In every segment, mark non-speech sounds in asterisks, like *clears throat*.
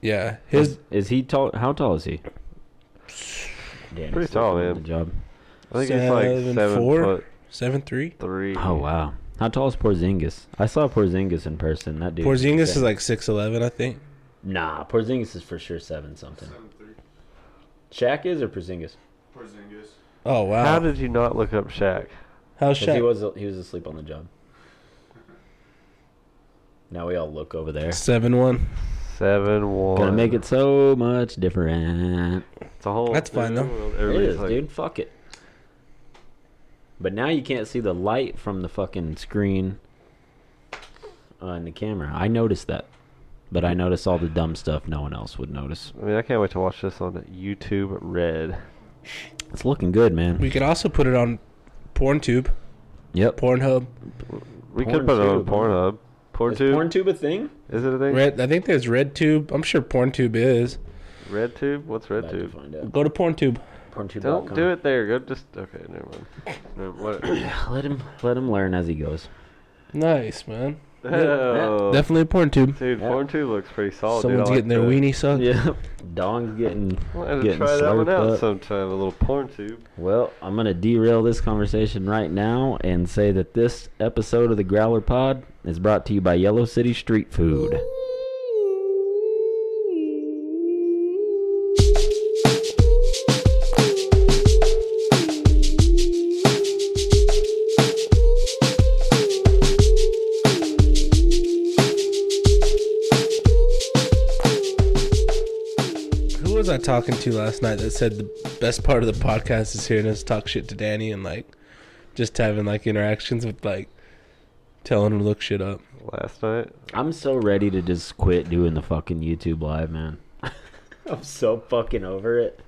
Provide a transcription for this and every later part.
Yeah, his Is he tall? How tall is he? Damn, Pretty he's tall, looking at man. The job. I think he's like Seven, seven four? foot seven three. three. Oh wow. How tall is Porzingis? I saw Porzingis in person. That dude. Porzingis is insane. like six eleven, I think. Nah, Porzingis is for sure seven something. Shaq is or Porzingis? Porzingis. Oh wow, How did you not look up Shaq? how's Because he Shaq? was he was asleep on the job. Now we all look over there. Seven one. Seven one. Gonna make it so much different. It's a whole. That's fine, though. new world. It Everybody's is, like, dude. Fuck it. But now you can't see the light from the fucking screen on the camera. I noticed that. But I noticed all the dumb stuff no one else would notice. I mean, I can't wait to watch this on YouTube Red. It's looking good, man. We could also put it on PornTube, Yep. Pornhub. We could put it on PornTube, Pornhub. Is PornTube? PornTube a thing? Is it a thing? Red, I think there's RedTube. I'm sure PornTube is. Red tube? What's red About to tube? find out. Go to PornTube. PornTube. Don't do it there. Go just okay. Never mind. *coughs* No, what- *laughs* Let him let him learn as he *laughs* goes. Nice man. *coughs* Oh, Definitely PornTube. dude, Yeah. porn tube looks pretty solid. Someone's dude. I getting their like weenie sucked. *laughs* Yeah. Dong's getting that. I'll have to getting try that one slurped out up. sometime. A little porn tube. Well, I'm going to derail this conversation right now and say that this episode of the Growler Pod is brought to you by Yellow City Street Food. Who was I talking to last night that said the best part of the podcast is hearing us talk shit to Danny and like just having like interactions with like telling him to look shit up. Last night. I'm so ready to just quit doing the fucking YouTube live, man. *laughs* I'm so fucking over it.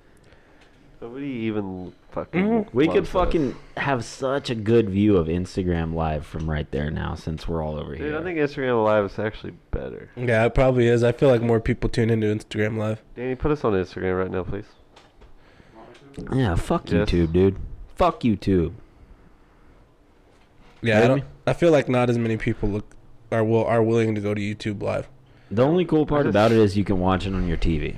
Nobody even fucking. We could loves us. fucking have such a good view of Instagram live from right there now since we're all over Dude, here. I think Instagram Live is actually better. Yeah, it probably is. I feel like more people tune into Instagram Live. Danny, put us on Instagram right now, please. yeah, fuck Yes. YouTube, dude. Fuck YouTube. Yeah, I Yeah. don't. I feel like not as many people look are will are willing to go to YouTube Live. The only cool part just- about it is you can watch it on your TV,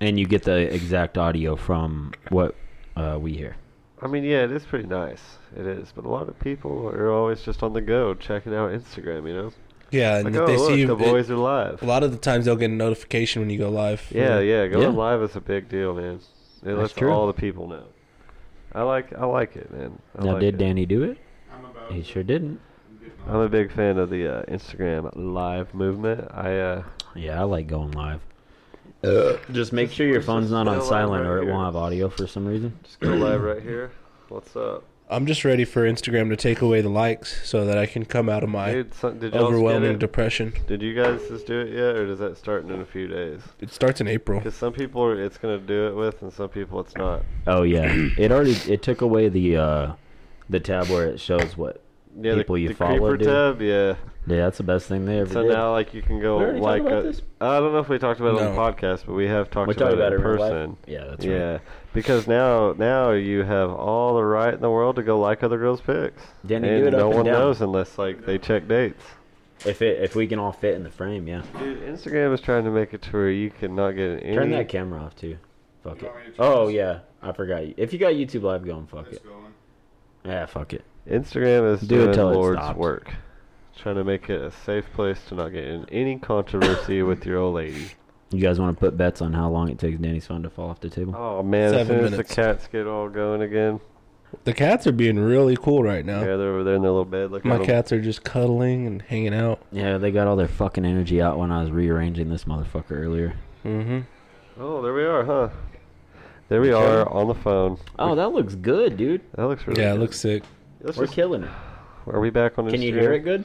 and you get the exact audio from what uh, we hear. I mean, yeah, it is pretty nice. It is, but a lot of people are always just on the go checking out Instagram. You know, Yeah, and like, if oh they look, see you, the boys it- are live. a lot of the times they'll get a notification when you go live. Yeah, yeah, going Yeah. live is a big deal, man. It lets true. all the people know. I like, I like it, man. I now, like did it. Danny do it? I'm about He to sure didn't. get I'm a big fan of the uh, Instagram live movement. I uh, Yeah, I like going live. just make sure your phone's not on Still live silent, right or it here. won't have audio for some reason. just go live right here. What's up, I'm just ready for Instagram to take away the likes so that I can come out of my dude? Some, did y'all overwhelming Get it? depression. Did you guys just do it yet, or does that start in a few days? It starts in April. Because some people are, it's gonna do it with, and some people it's not. Oh yeah, it already it took away the uh, the tab where it shows what. Yeah, People the, you the follow, creeper dude. tab. Yeah. Yeah, that's the best thing they ever So did. now, like, you can go We already talked like. about a- this? I don't know if we talked about it No. on the podcast, but we have talked we about, talked about it in in real life. person. Yeah, that's right. Yeah, because now now you have all the right in the world to go like other girls' pics. Danny, and do it no up and one down. knows unless like they check dates. If it if we can all fit in the frame, yeah. Dude, Instagram is trying to make it to where you cannot get any. Turn that camera off too. Fuck You it. want me to turn Oh this? yeah, I forgot. If you got YouTube Live going, fuck It's it. going. Yeah, fuck it. Instagram is Do it doing till it Lord's stops. work, trying to make it a safe place to not get in any controversy with your old lady. You guys want to put bets on how long it takes Danny's phone to fall off the table? Oh man, as Seven soon as minutes. the cats get all going again, The cats are being really cool right now. yeah, they're over there in their little bed looking. My at 'em. cats are just cuddling and hanging out. Yeah, they got all their fucking energy out when I was rearranging this motherfucker earlier. Mm-hmm. Oh, there we are, huh? There we Okay. are on the phone. Oh, that looks good, dude. That looks really. Yeah, it good. looks sick. Let's We're just- killing it. Are we back on Instagram? Can you hear it good?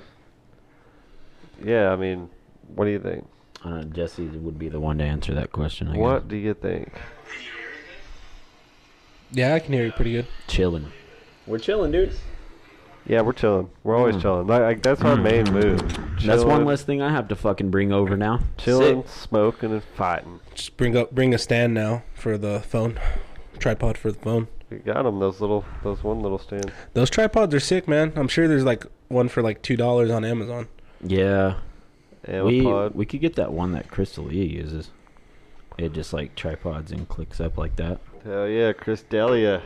Yeah, I mean, what do you think? Uh, Jesse would be the one to answer that question. I guess. What do you think? Yeah, I can hear you pretty good. Chilling. We're chilling, dude. Yeah, we're chilling. We're always chilling. Like, like, that's our main move. Hmm. That's one Chilling, less thing I have to fucking bring over now. Chilling, Sick. smoking, and fighting. Just bring up, bring a stand now for the phone, tripod for the phone. We got them. Those little, those one little stands. Those tripods are sick, man. I'm sure there's like one for like two dollars on Amazon. Yeah. And we a pod. we could get that one that Crystal Lee uses. It just like tripods and clicks up like that. Hell yeah, Chris Delia.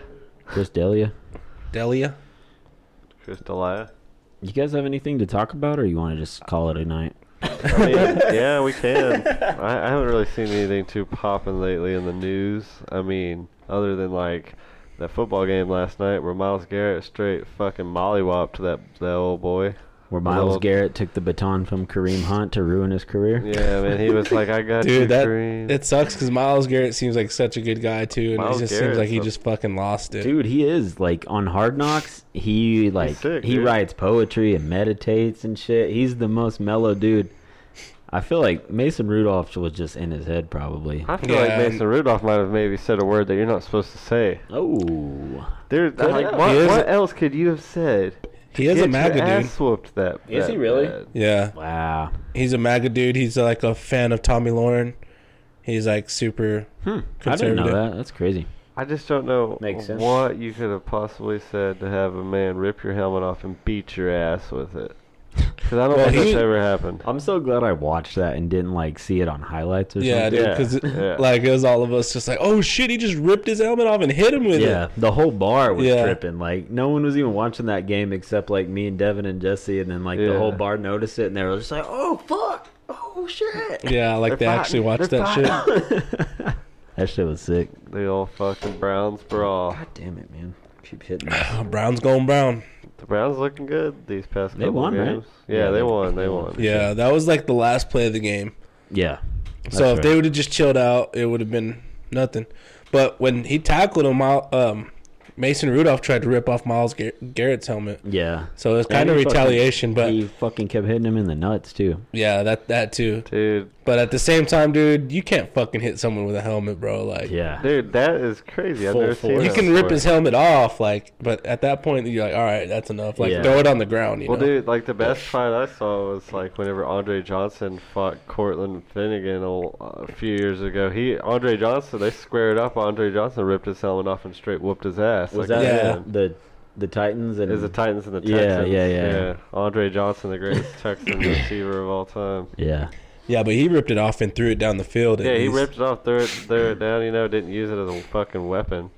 Chris Delia, Delia. Chris Delia. you guys have anything to talk about, or you want to just call it a night? I *laughs* mean, yeah, we can. I, I haven't really seen anything too popping lately in the news. I mean, other than like that football game last night where Miles Garrett straight fucking mollywopped that that old boy. Where Miles Well- Garrett took the baton from Kareem Hunt to ruin his career. Yeah, man, he was like, I got *laughs* you, Dude, that Kareem. it sucks because Miles Garrett seems like such a good guy too, and Myles it just seems Garrett's like he a- just fucking lost it. Dude, he is like on Hard Knocks. He like sick, he dude. writes poetry and meditates and shit. He's the most mellow dude. I feel like Mason Rudolph was just in his head probably. I feel Yeah, like and- Mason Rudolph might have maybe said a word that you're not supposed to say. Oh, There, like, have. He is- what, what else could you have said? He is a Get MAGA your dude. ass whooped that. Is that he really? bad. Yeah, wow. he's a MAGA dude. He's like a fan of Tommy Lauren. He's like super. Hmm. I didn't know Conservative. that. That's crazy. I just don't know Makes sense. what you could have possibly said to have a man rip your helmet off and beat your ass with it. Because I don't Well, think he- that's ever happened. I'm so glad I watched that and didn't like see it on highlights or Yeah, something. dude. Yeah, Because yeah. like it was all of us just like, oh shit, he just ripped his helmet off and hit him with Yeah, the whole bar was Yeah. tripping. Like no one was even watching that game except like me and Devin and Jesse, and then like the Yeah. whole bar noticed it, and they were just like, "Oh fuck! Oh *laughs* shit!" it. Yeah, like they They're fighting. actually watched They're that fighting. shit. That shit was sick. The old fucking Browns brawl. God damn it, man! Keep hitting. me. Brown's going brown. The Browns looking good these past They couple won, right? games. Yeah, Yeah, they, they- won. They they won. won. Yeah, that was like the last play of the game. *coughs* Yeah. That's so if right. they would have just chilled out, it would have been nothing. But when he tackled him, Mil- um, Mason Rudolph tried to rip off Miles Gar- Garrett's helmet. yeah. So it was And kind of he fucking- retaliation, but he fucking kept hitting him in the nuts too. yeah, that that too. Dude, But at the same time, dude, you can't fucking hit someone with a helmet, bro. Like, Yeah. dude, that is crazy. I've Full never force. seen you that can rip before. his helmet off, like, but at that point, you're like, all right, that's enough. Like, Yeah. throw it on the ground. You Well, know? dude, like the best fight I saw was like whenever Andre Johnson fought Cortland Finnegan a, a few years ago. He Andre Johnson, they squared up. Andre Johnson ripped his helmet off and straight whooped his ass. Was like, that Yeah. the, the the Titans and Is the Titans and the Yeah, Texans? yeah, yeah. Andre Johnson, the greatest Texan receiver of all time. yeah. Yeah, but he ripped it off and threw it down the field. at Yeah, he least. ripped it off, threw it, threw it down. You know, didn't use it as a fucking weapon.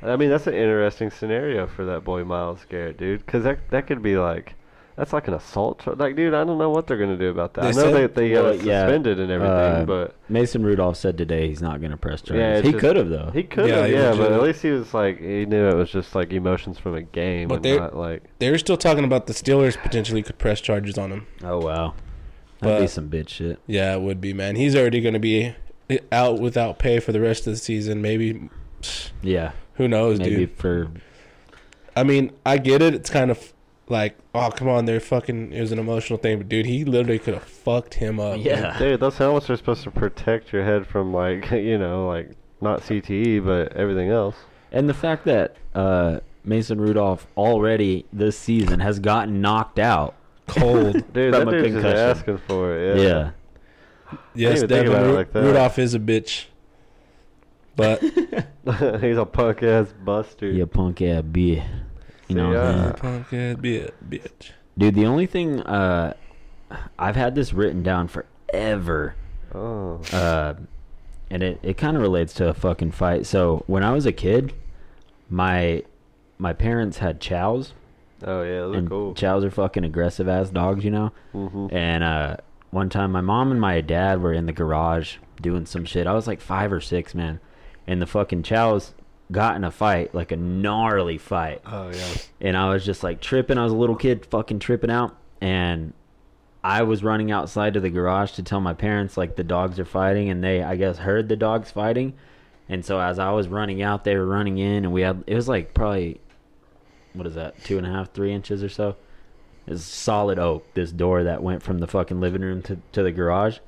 And I mean, that's an interesting scenario for that boy Miles Garrett, dude. Because that that could be like, that's like an assault. Tra- like, dude, I don't know what they're gonna do about that. They I know said- they they got Well, yeah, suspended and everything, uh, but Mason Rudolph said today he's not going to press Yeah, charges. it's he just- could have though. he could, Yeah, yeah, he yeah. was But at just- least he was like, he knew it was just like emotions from a game, But and they're- not like. They were still talking about the Steelers potentially could press charges on him. oh wow. That'd be But- some bitch shit. Yeah, it would be, man. He's already going to be out without pay for the rest of the season. Maybe, Yeah. who knows, Maybe dude? for I mean, I get it. It's kind of like, oh, come on, they're fucking. It was an emotional thing, but dude, he literally could have fucked him up. man. yeah. Dude, those helmets are supposed to protect your head from like *laughs* you know like not CTE but everything else. And the fact that uh, Mason Rudolph already this season has gotten knocked out. cold. Dude, From that a dude's just concussion. asking for it. Yeah. Yeah. yes, even think Devin about it Ru- like that. Rudolph is a bitch, but *laughs* *laughs* He's a punk ass buster. You punk ass bitch. You know what I'm Yeah. saying? He's a punk ass bi- bitch. Dude, the only thing uh, I've had this written down forever. Oh. uh, and it, it kind of relates to a fucking fight. So when I was a kid, my my parents had chows, Oh yeah, those are and cool. chows are fucking aggressive ass dogs, you know. Mhm. And uh, one time, my mom and my dad were in the garage doing some shit. I was like five or six, man, and the fucking chows got in a fight, like a gnarly fight Oh yeah. and I was just like tripping. I was a little kid, fucking tripping out, and I was running outside to the garage to tell my parents like the dogs are fighting, and they I guess heard the dogs fighting, and so as I was running out, they were running in, and we had it was like probably what is that two and a half, three inches or so. It's solid oak. This door that went from the fucking living room to, to the garage.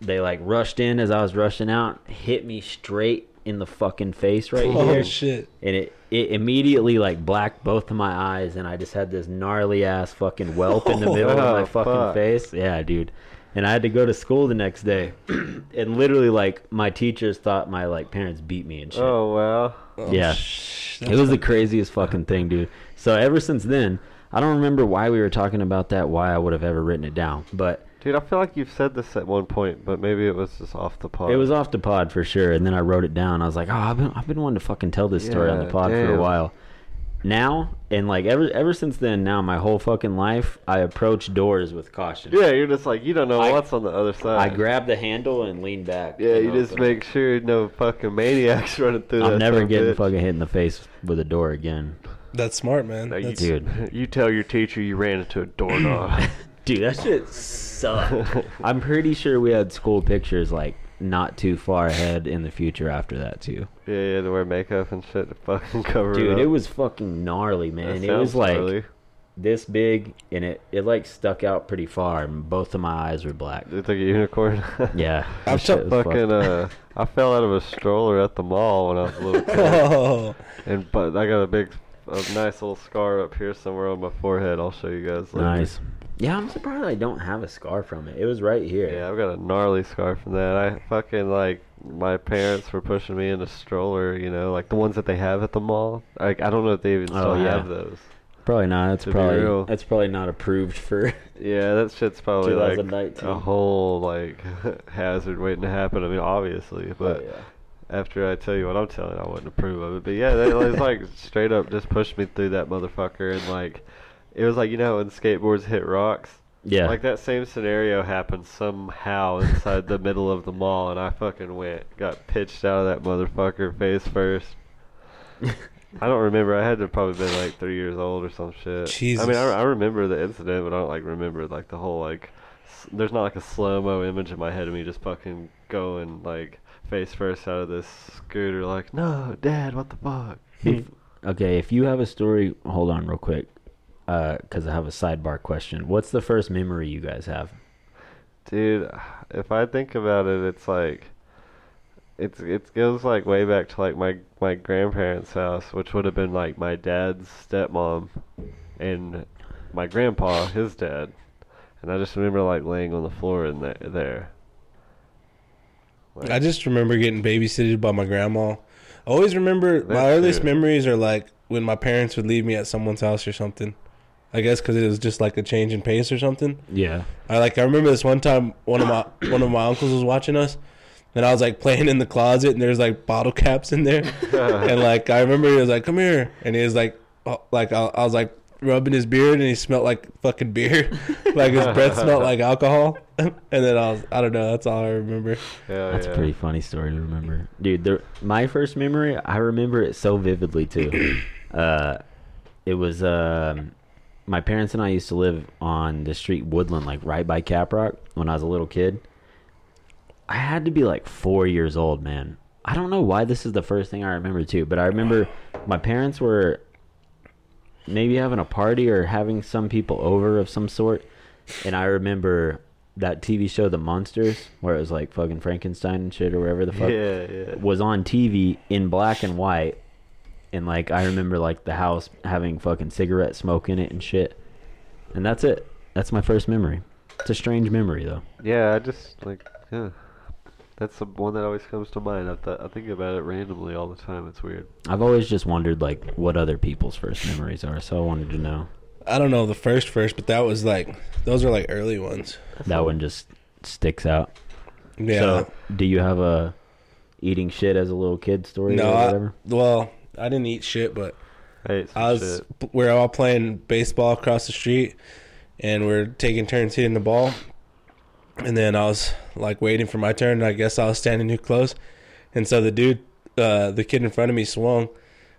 They like rushed in as I was rushing out, hit me straight in the fucking *laughs* face right Oh here shit! and it, it immediately like blacked both of my eyes and i just had this gnarly ass fucking whelp in *laughs* the middle of Oh, my fucking fuck. face yeah dude and i had to go to school the next day *clears throat* and literally like my teachers thought my like parents beat me and shit Oh wow. Oh, Yeah. sh- it was the craziest fucking thing dude so ever since then i don't remember why we were talking about that why i would have ever written it down but Dude, I feel like you've said this at one point, but maybe it was just off the pod. It was off the pod for sure, and then I wrote it down. I was like, oh, I've been I've been wanting to fucking tell this story on the Yeah, pod for damn. a while. Now and like ever ever since then, now my whole fucking life, I approach doors with caution. Yeah, you're just like you don't know I- what's on the other side. I grab the handle and lean back. Yeah, you know, just but make sure no fucking maniacs *laughs* running through. I'm that never son of a getting bitch. fucking hit in the face with a door again, That's smart, man. No, you That's- dude. *laughs* You tell your teacher you ran into a doorknob. *coughs* Dude, that shit *laughs* sucked. I'm pretty sure we had school pictures like not too far ahead in the future after that too. yeah, you had to wear makeup and shit to fucking *laughs* cover it. Dude, up. it was fucking gnarly, That man. It sounds was like gnarly. this big and it it like stuck out pretty far and both of my eyes were black. it's like a unicorn. *laughs* Yeah. I'm that shit so was fucked. fucking uh, I fell out of a stroller at the mall when I was a little *laughs* *laughs* kid, Oh, and but I got a big, a nice little scar up here somewhere on my forehead. I'll show you guys *laughs* later. nice. Yeah, I'm surprised I don't have a scar from it. It was right here. Yeah, I've got a gnarly scar from that. I fucking like my parents were pushing me in a stroller, you know, like the ones that they have at the mall. Like I don't know if they even Oh, still yeah. have those. Probably not. That's To be probably real. that's probably not approved for *laughs* Yeah, that shit's probably like 2019. a whole like *laughs* hazard waiting to happen. I mean, obviously, but Oh, yeah. after I tell you what I'm telling, I wouldn't approve of it. But yeah, they was like straight up just pushed me through that motherfucker, and like it was like you know when skateboards hit rocks. Yeah. Like that same scenario happened somehow inside the middle of the mall, and I fucking went, got pitched out of that motherfucker face first. I don't remember. I had to probably been like three years old or some shit. I Jesus. mean, I, I remember the incident, but I don't like remember like the whole like. s- There's not like a slow mo image in my head of me just fucking going like face first out of this scooter, like, no, dad, what the fuck? If, okay, if you have a story, hold on real quick, because I have a sidebar question. What's the first memory you guys have? Dude, if I think about it, it's like it's it goes like way back to like my my grandparents' house, which would have been like my dad's stepmom and my grandpa, his dad. And I just remember like laying on the floor in there. there. Like, I just remember getting babysitted by my grandma. I always remember That's my earliest it. memories are like when my parents would leave me at someone's house or something. I guess because it was just like a change in pace or something. Yeah. I like I remember this one time one of my one of my uncles was watching us, and I was like playing in the closet, and there's like bottle caps in there, and like I remember he was like, "Come here," and he was like, oh, like I, I was like rubbing his beard, and he smelled like fucking beer, *laughs* like his breath smelled like alcohol, *laughs* and then I was I don't know, that's all I remember. hell That's yeah. a pretty funny story to remember, Oh, dude. The, my first memory, I remember it so vividly *clears throat* too. uh, it was um, my parents and I used to live on the street Woodland, like right by Caprock, when I was a little kid. I had to be like four years old, man. I don't know why this is the first thing I remember too, but I remember my parents were maybe having a party or having some people over of some sort. And I remember that TV show, The Monsters, where it was like fucking Frankenstein and shit or wherever the fuck Yeah, yeah. was on TV in black and white. And like I remember like the house having fucking cigarette smoke in it and shit. And that's it. That's my first memory. It's a strange memory though. Yeah, I just like yeah. That's the one that always comes to mind. I, th- I think about it randomly all the time. It's weird. I've always just wondered like what other people's first memories are, so I wanted to know. I don't know the first first, but that was like those are like early ones. That one just sticks out. Yeah. So, do you have a eating shit as a little kid story no, or I- whatever? well, I didn't eat shit, but I ate some I was shit. we are all playing baseball across the street, and we're taking turns hitting the ball. And then I was like waiting for my turn. And I guess I was standing too close, and so the dude, uh, the kid in front of me, swung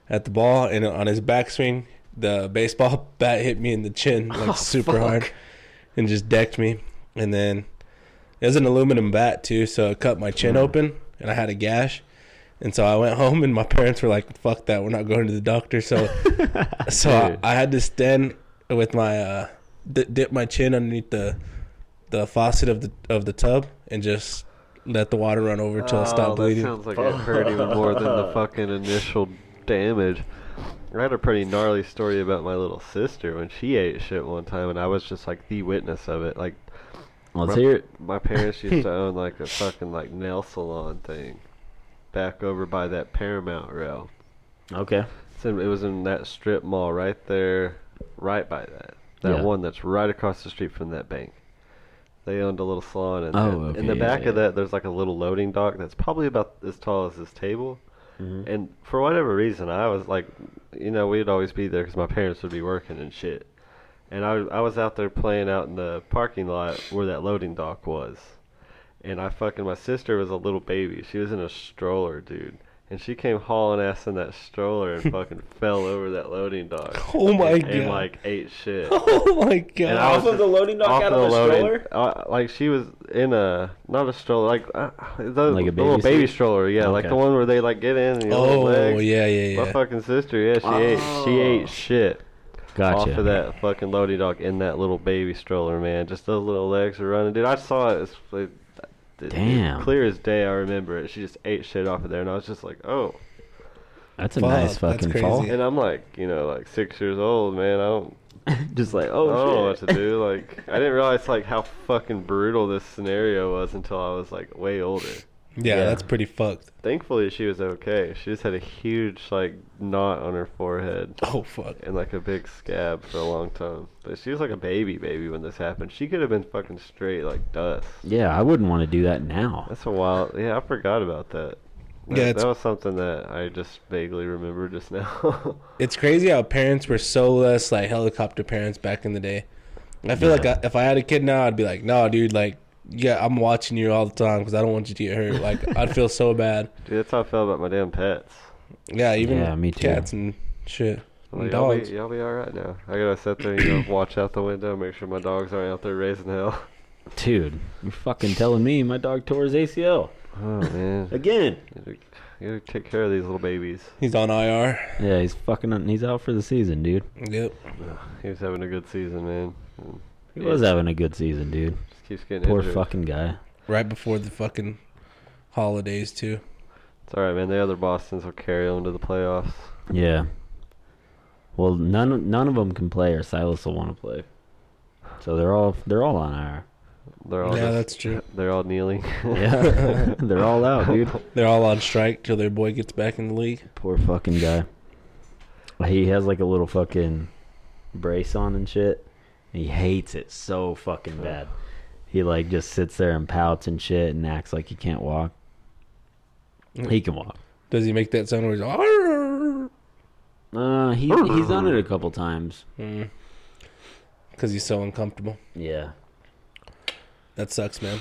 at the ball, and on his backswing, the baseball *laughs* bat hit me in the chin Oh, like super hard, and just decked me. And then it was an aluminum bat too, so it cut my chin Mm. open, and I had a gash. And so I went home, and my parents were like, "Fuck that, we're not going to the doctor." *laughs* So, so I, Dude. I had to stand with my uh, di dip my chin underneath the the faucet of the of the tub and just let the water run over till it stopped bleeding. Oh, That sounds like it hurt even more than the fucking initial damage. I had a pretty gnarly story about my little sister when she ate shit one time, and I was just like the witness of it. Like Let's my, hear it. My parents used *laughs* to own like a fucking like nail salon thing, back over by that Paramount rail. Okay. It's in, it was in that strip mall right there, right by that. That Yeah. one that's right across the street from that bank. They owned a little salon, and Oh, in the okay, back yeah, of that, there's like a little loading dock that's probably about as tall as this table. Mhm. And for whatever reason, I was like, you know, we'd always be there because my parents would be working and shit. And I, I was out there playing out in the parking lot where that loading dock was. And I fucking, my sister was a little baby. She was in a stroller, dude. And she came hauling ass in that stroller *laughs* and fucking fell over that loading dock. *laughs* Oh my and, god. And like ate shit. *laughs* oh my And god. I Off was of the loading dock off out the of the loading- stroller. uh, like she was in a not a stroller, like uh, the, Like a the little baby baby seat? stroller, yeah, like Okay. the one where they like get in. And you oh legs. yeah, yeah, My yeah. fucking sister, yeah, she ate she Oh. ate shit Gotcha. off of that fucking loading dock in that little baby stroller, man. Just those little legs were running, dude. I saw it. It's, it it- Damn. clear as day. I remember it. She just ate shit off of there, and I was just like, oh. That's a Fuck, that's nice fucking fall. *laughs* crazy. And I'm like, you know, like six years old, man. I don't Just like, I don't know oh what shit. to do. Like, I didn't realize like how fucking brutal this scenario was until I was like way older. yeah, yeah. that's pretty fucked. *laughs* Thankfully, she was okay. She just had a huge like knot on her forehead Oh fuck. and like a big scab for a long time. But she was like a baby, baby when this happened. She could have been fucking straight like dust. Yeah, I wouldn't want to do that now. That's a wild. Yeah, I forgot about that. That, Yeah, it's- that was something that I just vaguely remember just now. *laughs* It's crazy how parents were so less like helicopter parents back in the day. I feel Yeah. like I, if I had a kid now, I'd be like, no, dude, like, yeah, I'm watching you all the time because I don't want you to get hurt. *laughs* Like, I'd feel so bad. Dude, that's how I felt about my damn pets. Yeah, even Yeah, me too. cats and shit. And I'm Like, y'all, be, dogs. y'all be all right now. I gotta sit there and you know, watch out the window, make sure my dogs aren't out there raising hell. *laughs* Dude, you're fucking telling me my dog tore his ACL. Oh man, Again. you gotta, you gotta take care of these little babies. He's on IR. Yeah, he's fucking he's out for the season, dude. Yep. He was having a good season, man. He was having a good season, dude. Just keeps getting Poor injured. fucking guy. Right before the fucking holidays, too. It's all right, man. The other Boston's will carry them to the playoffs. Yeah. Well, none none of them can play, or Silas will want to play. So they're all they're all on IR. They're all Yeah, just- that's true. *laughs* they're all kneeling. *laughs* Yeah, they're all out, dude. They're all on strike till their boy gets back in the league. Poor fucking guy. He has like a little fucking brace on and shit. He hates it so fucking bad. He like just sits there and pouts and shit and acts like he can't walk. He can walk. Does he make that sound where he's like, "Arr!" Uh, he he's done it a couple times. Because Mm. he's so uncomfortable. Yeah. That sucks, man.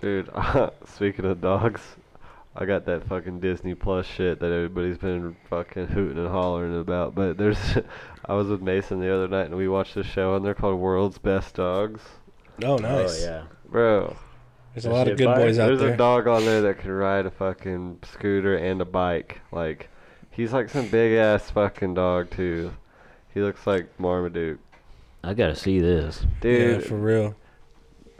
Dude, *laughs* speaking of dogs, I got that fucking Disney Plus shit that everybody's been fucking hooting and hollering about. But there's, *laughs* I was with Mason the other night and we watched this show and they're called World's Best Dogs, Oh, nice. Oh yeah. bro. There's a That lot of shit good fire. boys out There's there. a dog on there that can ride a fucking scooter and a bike. Like, he's like some big ass fucking dog too. He looks like Marmaduke, I gotta see this. dude. yeah, for real.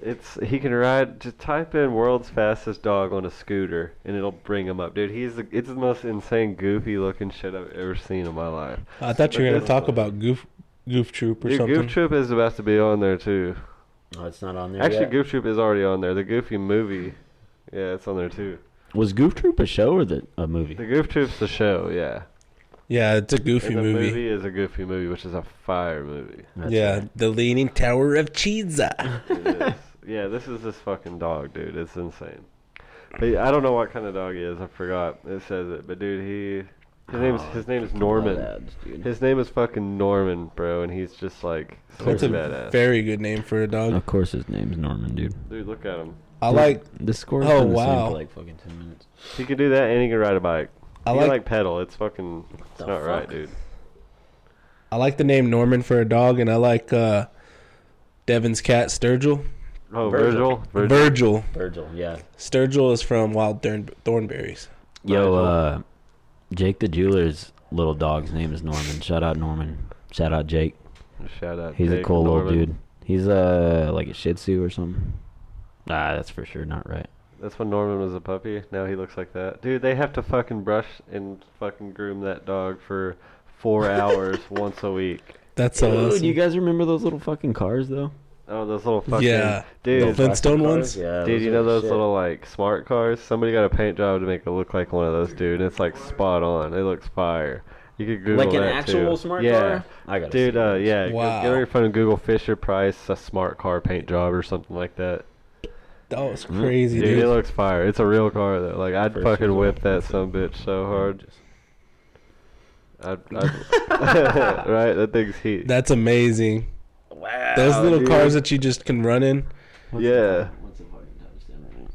It's he can ride. Just type in "world's fastest dog on a scooter" and it'll bring him up, dude. He's the, it's the most insane, goofy looking shit I've ever seen in my life. I thought you were But gonna this- talk about Goof Goof Troop or Dude, something. Goof Troop is about to be on there too. No, Oh, it's not on there. Actually, yet. Goof Troop is already on there. The Goofy movie, yeah, it's on there too. was Goof Troop a show or the a movie? The Goof Troop's the show, yeah. yeah, it's a goofy And the movie. movie is a Goofy movie, which is a fire movie. That's yeah, right. the Leaning Tower of Cheesa. *laughs* It is. yeah, this is this fucking dog, dude. It's insane. But yeah, I don't know what kind of dog he is. I forgot. It says it, but dude, he his name's Ah, Oh, his name is fucking Norman. love ads, dude. His name is fucking Norman, bro, and he's just like such That's a a badass. very good name for a dog. Of course, his name's Norman, dude. Dude, look at him. I like This score's Oh, been the same wow. for like fucking ten minutes. He can do that, and he can ride a bike. I he like- can, like pedal. It's fucking. It's The not right, fuck? dude. I like the name Norman for a dog, and I like uh, Devin's cat Sturgill. Oh, Virgil. Virgil. Virgil. Virgil. Virgil, yeah. Sturgill is from Wild Thorn- Thornberries. Yo, Virgil. uh, Jake the jeweler's little dog's name is Norman. Shout out Norman. Shout out Jake. Shout out. He's a Jake cool Norman. little dude. He's uh like a Shih Tzu or something. Ah, that's for sure not right. That's when Norman was a puppy. Now he looks like that. Dude, they have to fucking brush and fucking groom that dog for four *laughs* hours once a week. That's uh, so Dude, awesome. you guys remember those little fucking cars though? Oh, those little fucking Yeah. dude. The Flintstone fucking ones? cars? Yeah. Dude, you are know the those shit. little like smart cars? Somebody got a paint job to make it look like one of those, dude. and It's like spot on. It looks fire. You could Google like an that actual too. smart yeah. car. I got Dude, uh, yeah, go- Wow. get on your phone and Google Fisher Price a smart car paint job or something like that. That was Mm. crazy, Dude, dude. it looks fire. It's a real car though. Like I'd First fucking result. whip that some bitch so hard. I'd, I'd, *laughs* right, that thing's heat. That's amazing. Wow. Those little dude. cars that you just can run in. yeah, What's the fucking timestamp right now?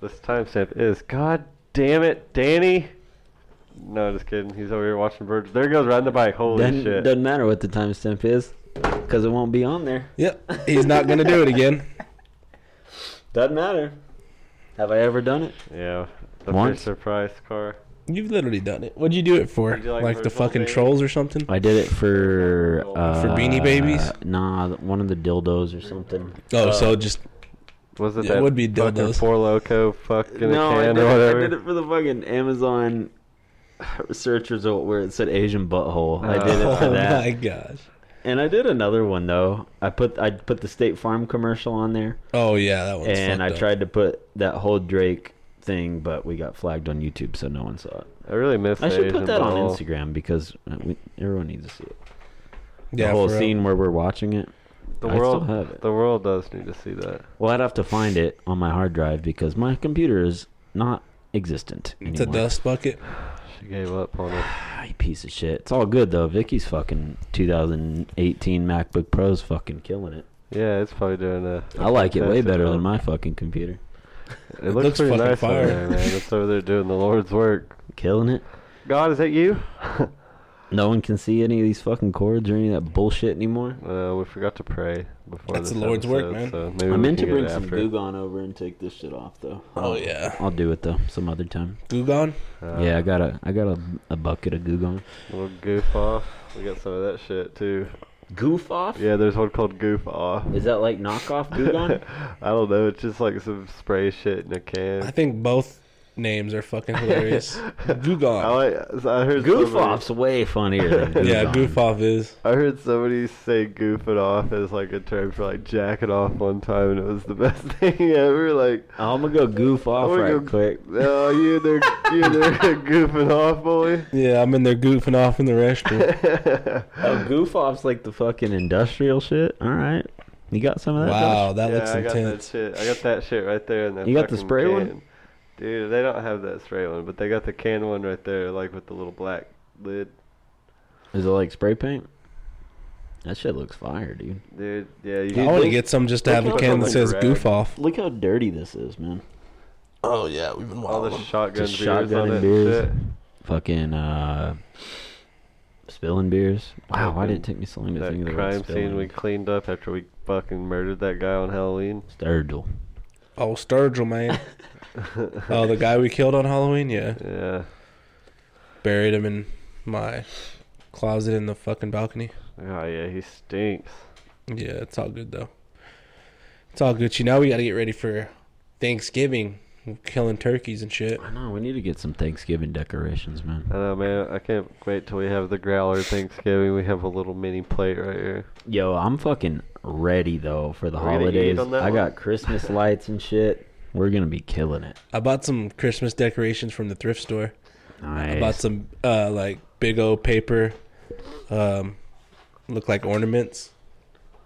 this timestamp is. God damn it, Danny. No, just kidding. He's over here watching birds. There he goes riding the bike. Holy Doesn't, shit. doesn't matter what the timestamp is, because it won't be on there. Yep, *laughs* he's not gonna do it again. *laughs* Doesn't matter. Have I ever done it? Yeah, the Once. Fisher Price car. You've literally done it. What'd you do it for? Did you like Like, the Virgil fucking Baby? trolls or something? I did it for uh, For Beanie Babies? Nah, one of the dildos or something. Oh, Uh, so just Was it It that would be fucking dildos. Four Loco fucking no, a I can did, or it, I whatever? did it for the fucking Amazon *laughs* search result where it said Asian butthole. I did it for oh that. my gosh. And I did another one though. I put I put the State Farm commercial on there, Oh yeah, that one's and I fucked up. tried to put that whole Drake thing, but we got flagged on YouTube, so no one saw it. I really miss. I the should Asian put that ball. on Instagram because uh, we, everyone needs to see it. The Yeah, whole for real. scene where we're watching it. The I still world, have it. the world does need to see that. Well, I'd have to find it on my hard drive because my computer is not existent anymore. It's a dust bucket. She gave up on it. Ah, *sighs* you piece of shit. It's all good though. Vicky's fucking 2018 MacBook Pro's fucking killing it. Yeah, it's probably doing a. I like it way fantastic better job. than my fucking computer. It looks, looks pretty fucking nice fire. over there, man. It's over there doing the Lord's work. Killing it. God, is that you? No one can see any of these fucking chords or any of that bullshit anymore. Uh, we forgot to pray before. That's this the Lord's work, episode, man. So maybe I we meant to can get bring it some after. Dugon over and take this shit off though. Oh yeah, I'll do it though, some other time. Gugon. Uh, yeah, I got a I got a, a bucket of Gugon. little goof off. We got some of that shit too. Goof off? Yeah, there's one called Goof Off. Is that like *laughs* knockoff Gugon? I don't know. It's just like some spray shit in a can. I think both names are fucking hilarious. Gugon. I like. I heard Goof somebody- off's way funnier than *laughs* Gugon. yeah, goof off is. I heard somebody say goofing off as like a term for like jacking off one time, and it was the *laughs* best thing ever. Like, I'm gonna go goof off I'm right gonna go- *laughs* quick. oh, you there, you there, *laughs* goofing off, boy. Yeah, I'm in there goofing off in the restroom. Oh, goof off's like the fucking industrial shit. All right, you got some of that. wow, Josh? that yeah, looks I got intense. that shit. I got that shit right there in that. You got the fucking spray can. one? Dude, they don't have that spray one, but they got the can one right there, like with the little black lid. Is it like spray paint? That shit looks fire, dude. Dude, yeah, you I Dude, want to they- get some just to they have a come can from, that like, says rag. goof off. Look how dirty this is, man. Oh yeah, we've been all the shotgun Just beers on shotgun that and beers. shit. Fucking uh, spilling beers. Wow, why did it Fucking- take me so long to think of That the crime word scene we cleaned up after we fucking murdered that guy on Halloween. Sturgill. Oh, Sturgill, man. oh, the guy we killed on Halloween? *laughs* Yeah. Yeah. Buried him in my closet in the fucking balcony. Oh yeah, he stinks. Yeah, it's all good, though. It's all good. You know, we got to get ready for Thanksgiving. We're killing turkeys and shit. I know. We need to get some Thanksgiving decorations, I man. know, man. I can't wait till we have the growler Thanksgiving. We have a little mini plate right here. Yo, I'm fucking ready though for the We're gonna eat holidays. on that I got one? Christmas lights and shit. We're gonna be killing it. I bought some Christmas decorations from the thrift store. Nice. I bought some, uh, like, big old paper, um, look like ornaments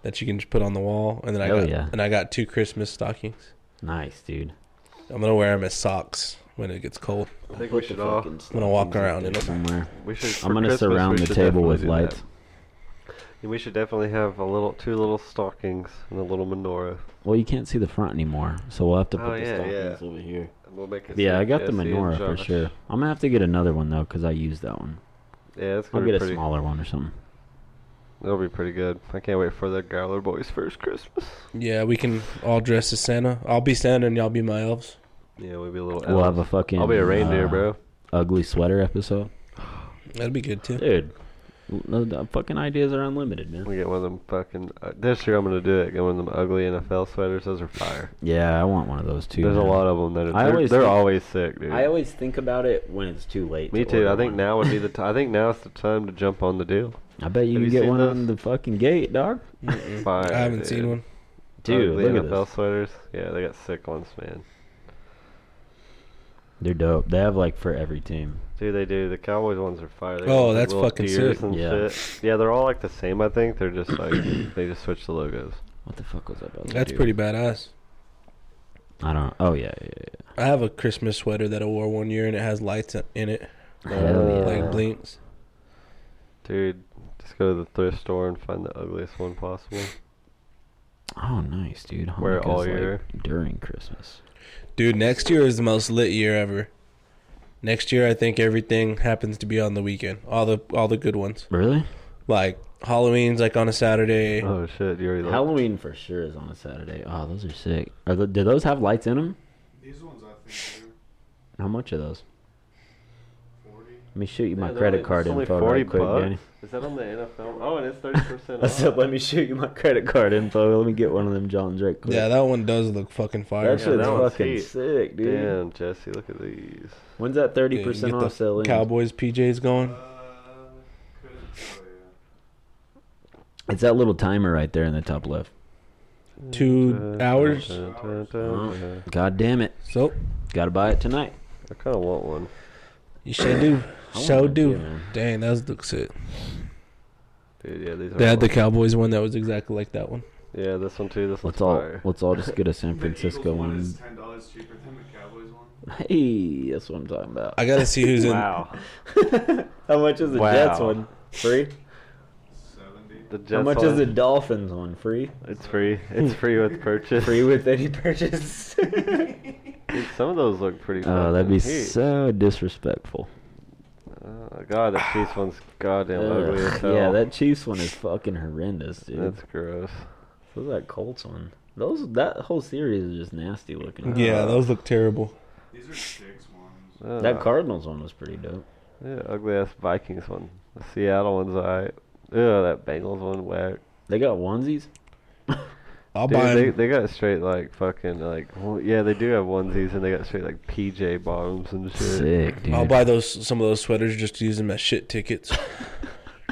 that you can just put on the wall. And then I Hell got, yeah. and I got two Christmas stockings. Nice, dude. I'm gonna wear them as socks when it gets cold. I think we should all. I'm I'm gonna walk around in 'em. somewhere. We should. for I'm gonna Christmas, we surround the should table definitely with do lights. that. And we should definitely have a little, two little stockings and a little menorah. Well, you can't see the front anymore, so we'll have to Oh, put the yeah, stockings yeah. over here. And we'll make it. yeah, say I got the Jesse and menorah for E Josh. sure. I'm gonna have to get another one though, cause I used that one. Yeah, it's I'll gonna get be a pretty. smaller one or something. It'll be pretty good. I can't wait for the growler boys' first Christmas. Yeah, we can all dress as Santa. I'll be Santa and y'all be my elves. Yeah, we'll be a little. We'll have elves. a fucking. I'll be a reindeer, uh, bro. Ugly sweater episode, That'd be good too. dude. The, the fucking ideas are unlimited, man. We get one of them fucking. Uh, this year I'm gonna do it. Get one of them ugly NFL sweaters. Those are fire. Yeah, I want one of those too. There's a man. lot of them that are. I they're always they're think- always sick, dude. I always think about it when it's too late. Me to too. order I think one. now would be the. T- I think now's the time to jump on the deal. I bet you Have can you get seen one on those? the fucking gate, dog. Fire, I haven't dude. seen one. Dude, Ugly look at NFL this. sweaters. Yeah, they got sick ones, man. They're dope. They have like for every team. Dude, they do. The Cowboys ones are fire. They Oh, got, like, that's little fucking deers sick. and Yeah. shit. Yeah, they're all like the same. I think they're just like *coughs* they just switch the logos. What the fuck was that about? That's pretty badass. I don't. Oh yeah, yeah, yeah. I have a Christmas sweater that I wore one year and it has lights in it, Uh, Hell yeah. like blinks. Dude, just go to the thrift store and find the ugliest one possible. Oh nice, dude. Hanukkah's, Wear it all like, year. during Christmas. Dude, next year is the most lit year ever. Next year, I think everything happens to be on the weekend. All the all the good ones, Really? like Halloween's, like on a Saturday. Oh shit, you already like, Halloween for sure is on a Saturday. Oh, those are sick. Are the, do those have lights in them? These ones I think How much are those? are 40. Let me shoot you my Yeah, they're credit only- card it's only info 40 right quick, bucks. Danny. *laughs* Is that on the NFL? Oh, and it's thirty percent I off. said, let me shoot you my credit card info. Let me get one of them John Drake. Quick. Yeah, that one does look fucking fire. that Yeah, shit's that one's fucking heat. sick, dude. Damn, Jesse, look at these. When's that thirty Dude, you percent get the off sale? end? Cowboys PJs Uh, oh, going. couldn't tell you. It's that little timer right there in the top left. Two hours. Dun, dun, dun, Oh. dun. God damn it! So Gotta buy it tonight. I kind of want one. you should do. I So wanna do it, do. man. Dang, that looks it. Dude, yeah, these are. They had the fun. Cowboys one that was exactly like that one. yeah, this one too. This one's Let's all fire. let's all just get a San *laughs* The Francisco Eagles one one. is ten dollars cheaper than the Cowboys one. Hey, that's what I'm talking about. I gotta see who's in. Wow. *laughs* How much is the Wow. Jets one? Free. Seventy. The Jets How much one, is the Dolphins one? Free. It's free. It's free *laughs* with purchase. Free with any purchase. *laughs* *laughs* Oh, Dude, some of those look pretty. oh, that'd be fucking heat. so disrespectful. Oh, God, that Chiefs one's goddamn ugly as Ugh, hell. *laughs* yeah, that Chiefs one is fucking horrendous, dude. That's gross. So is that Colts one. Those that whole series is just nasty looking. Yeah, those look terrible. These are six ones. Uh, That Cardinals one was pretty dope. Yeah, ugly ass Vikings one. The Seattle one's alright. Yeah, that Bengals one whack. They got onesies. I'll Dude, buy 'em. they they got straight like fucking like well, yeah they do have onesies and they got straight like PJ bottoms and shit. Sick, dude. I'll buy those some of those sweaters just to use them as shit *laughs* tickets.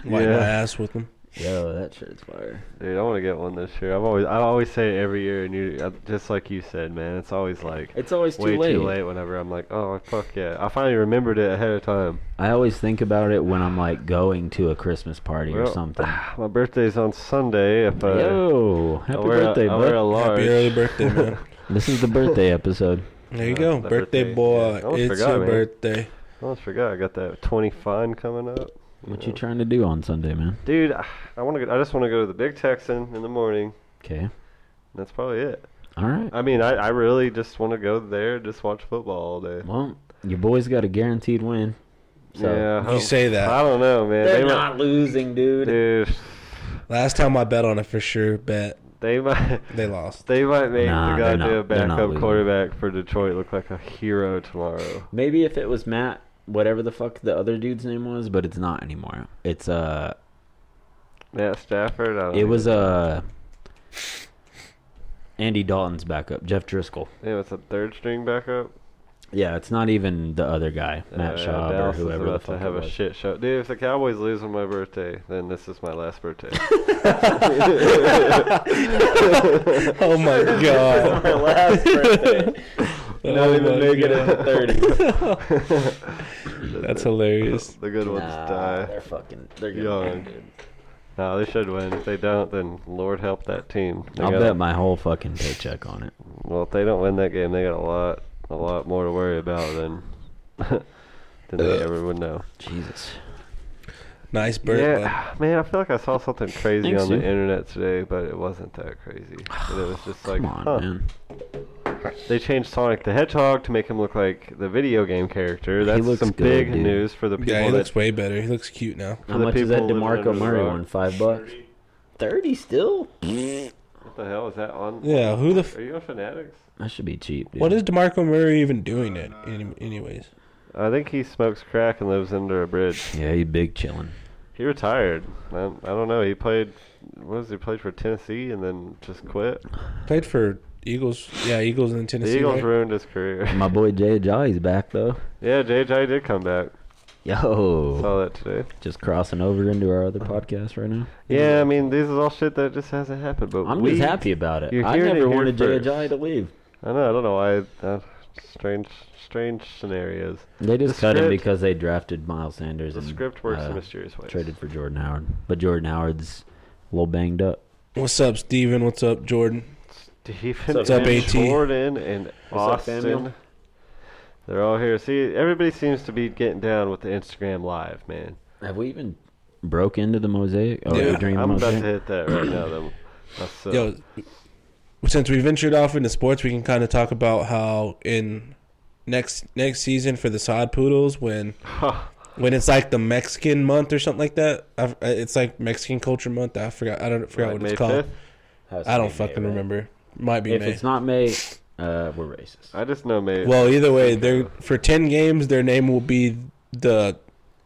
Wipe Yeah. my ass with them. Yo, that shirt's fire. Dude, I want to get one this year. I've always I always say it every year and you uh, just like you said, man. It's always like It's always too way late. too late whenever I'm like oh fuck yeah I finally remembered it ahead of time. I always think about it when I'm like going to a Christmas party or Well, *sighs* something. My birthday's on Sunday. If I, Yo, I happy wear birthday, a, I wear bud. a large. Happy early *laughs* birthday, man. This is the birthday episode. There you Yeah, go. the Birthday, birthday. boy. Yeah, I almost it's forgot, your man. birthday. I almost forgot. I got that twenty fine coming up. What you trying to do on Sunday, man? Dude, I- I want to. I just want to go to the Big Texan in the morning. Okay. That's probably it. All right. I mean, I, I really just want to go there, just watch football all day. Well, your boys got a guaranteed win. So yeah, I You hope- say that. I don't know, man. they're They might, not losing, dude. dude. Last time I bet on it for sure, bet They might. *laughs* they lost. They might make Nah, the they're not- goddamn they're not backup losing. quarterback for Detroit look like a hero tomorrow. Maybe if it was Matt, whatever the fuck the other dude's name was, but it's not anymore. It's uh, Matt Stafford. I don't it even- was uh, Andy Dalton's backup, Jeff Driscoll. Yeah, it's a third string backup. Yeah, it's not even the other guy, Matt yeah, Schaub or Uh, Dallas is whoever the about to fuck have it a was. *laughs* shit show. Dude, if the Cowboys lose on my birthday, then this is my last birthday. *laughs* Oh my god. My last *laughs* birthday. Oh my God. *laughs* thirty. *laughs* That's hilarious. the *laughs* good ones Nah, die. they're fucking. They're Young. going. No, they should win. If they don't, then Lord help that team. They I'll got- bet my whole fucking paycheck on it. Well, if they don't win that game, they got a lot, a lot more to worry about than *laughs* than they ever would know. Jesus. Nice birthday. yeah, *sighs* man, I feel like I saw something crazy Thanks, on the dude. internet today, but it wasn't that crazy. But it was just like, Come on, huh. man. They changed Sonic the Hedgehog to make him look like the video game character. That's looks some good, big dude. news for the people Yeah, he that looks way better. He looks cute now. How the much is that people living under Demarco the Murray rock. one? Five bucks. Thirty. Thirty still. What the hell is that on? Yeah, who the f- Are you on Fanatics? That should be cheap. Dude. What is DeMarco Murray even doing it any, anyways? I think he smokes crack and lives under a bridge. Yeah, you big chillin'. He retired. I, I don't know. He played. What was he played for Tennessee and then just quit. Played for Eagles. Yeah, Eagles in The Tennessee. Eagles right? ruined his career. My boy Jay Jolly's back though. *laughs* yeah, JJ did come back. Yo, Saw that today. just crossing over into our other podcast right now. Yeah, I mean, this is all shit that just hasn't happened. But I'm we, just happy about it. You're I hearing it never here wanted Jay first. Jolly to leave. I know. I don't know why. I, strange, strange scenarios. They just The cut him script- because they drafted Miles Sanders. The and, script works uh, in mysterious ways. Traded for Jordan Howard, but Jordan Howard's a little banged up. What's up, Steven? What's up, Jordan? Stephen What's up, and AT? Jordan and What's up, Samuel? Austin. They're all here. See, everybody seems to be getting down with the Instagram live, man. Have we even broke into the mosaic? Oh, Yeah. the dream I'm about to mosaic? hit that right now. Though. That's, uh, Yo, since we ventured off into sports, we can kind of talk about how in next next season for the sod poodles *laughs* when when it's like the Mexican month or something like that. I, it's like Mexican culture month. I forgot. I don't forgot like what May it's called. 5th? Has to I be don't May, fucking right? remember. Might be If May. it's not May, uh, we're racist. I just know May. Well, either way, they're for ten games. Their name will be the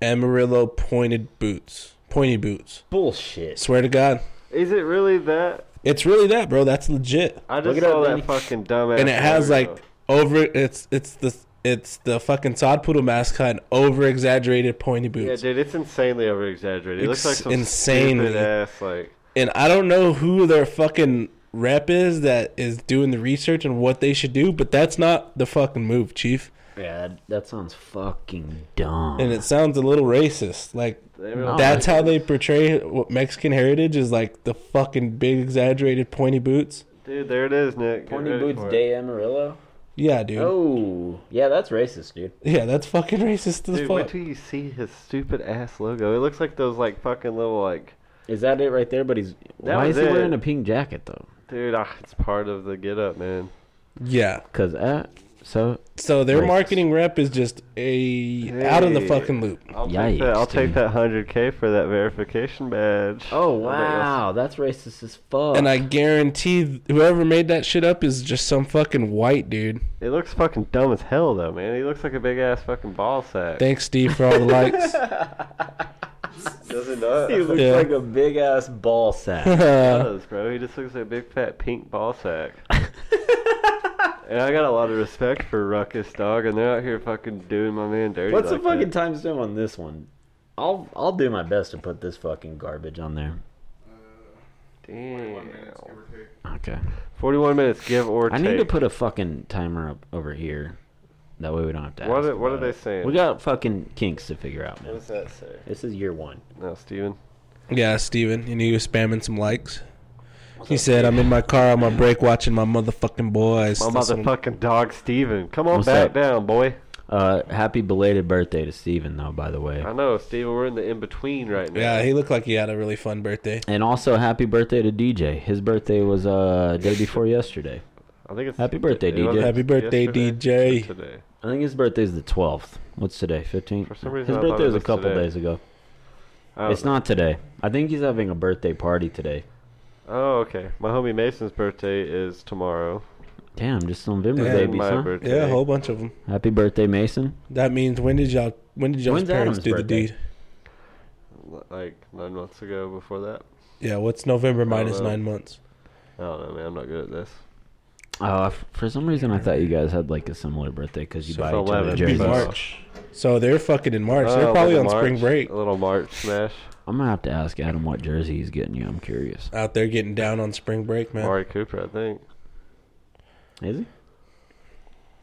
Amarillo Pointed Boots. Pointy Boots. Bullshit. Swear to God, is it really that? it's really that, bro. That's legit. I Look just it up, saw Danny. that fucking dumbass. and it has logo. like over. It's it's the it's the fucking sod poodle mascot and over exaggerated pointy Yeah, boots. dude, it's insanely over exaggerated. It looks like Ex- some insanely. stupid ass like and I don't know who their fucking rep is that is doing the research and what they should do, but that's not the fucking move, chief. Yeah, that, that sounds fucking dumb. And it sounds a little racist. Like they No. really- that's how they portray what Mexican heritage is like the fucking big exaggerated pointy boots. Dude, there it is, Nick. Get Pointy ready Boots for it. Day Amarillo? Yeah, dude. Oh, yeah, that's racist, dude. Yeah, that's fucking *laughs* racist as Dude, wait fuck. till you see his stupid ass logo. It looks like those like fucking little like. Is that it right there? But he's That why was is he it. wearing a pink jacket though? Dude, ah, it's part of the get up, man. Yeah. Cause uh, so So their Racist. marketing rep is just a out of the Hey. fucking loop. I'll take that. Yikes, I'll dude. take that hundred k for that verification badge. oh I'll bet wow, that's racist as fuck. And I guarantee whoever made that shit up is just some fucking white dude. you'll- It looks fucking dumb as hell though, man. He looks like a big ass fucking ball sack. Thanks, Steve, for all the likes. Does it *laughs* *laughs* not? he looks Yeah. like a big ass *laughs* ball sack. *laughs* Uh, does, bro. He just looks like a big fat pink *laughs* ball sack. and I got a lot of respect for Ruckus Dog, and they're out here fucking doing my man dirty. What's like the fucking that. timestamp on this one? I'll I'll do my best to put this fucking garbage on there. Uh, One Damn. minutes, give or take. Okay. 41 minutes, give or I take. need to put a fucking timer up over here. That way we don't have to. What ask are- what about are they it. saying? We got fucking kinks to figure out, What man. does that say? This is year one. No, Steven. yeah, Steven, and he was spamming some likes. He said, I'm in my car on my break watching my motherfucking boys. My That's what I'm- motherfucking dog, Steven. Come on What's back up? down, boy. Uh, happy belated birthday to Steven, though, by the way. I know, Steven. We're in the in between right now. Yeah, he looked like he had a really fun birthday. And also, happy birthday to DJ. His birthday was uh day before *laughs* yesterday. I think it's Happy birthday, it DJ. wasn't Happy birthday, yesterday, DJ. or Today. I think his birthday's the 12th. What's today? 15th? For some reason, his I thought birthday it was a was couple today. days ago. I don't It's not today. I think he's having a birthday party today. Oh, okay. My homie Mason's birthday is tomorrow. Damn, just November Yeah. babies, my huh? birthday. Yeah, a whole bunch of them. Happy birthday, Mason. That means when did y'all when did y'all's When's parents Adam's do birthday? the deed? like nine months ago before that. Yeah, what's November minus know. nine months? I don't know, man. I'm not good at this. Oh, f- for some reason, I thought you guys had like a similar birthday because you So buy for each other 11, It'd be jerseys. Jerry's. March. So they're fucking in March. Oh, They're a probably on little spring March- break A little March smash. I'm gonna have to ask Adam what jersey he's getting you. I'm curious. out there getting down on spring break, man. Mari Cooper, I think. Is he?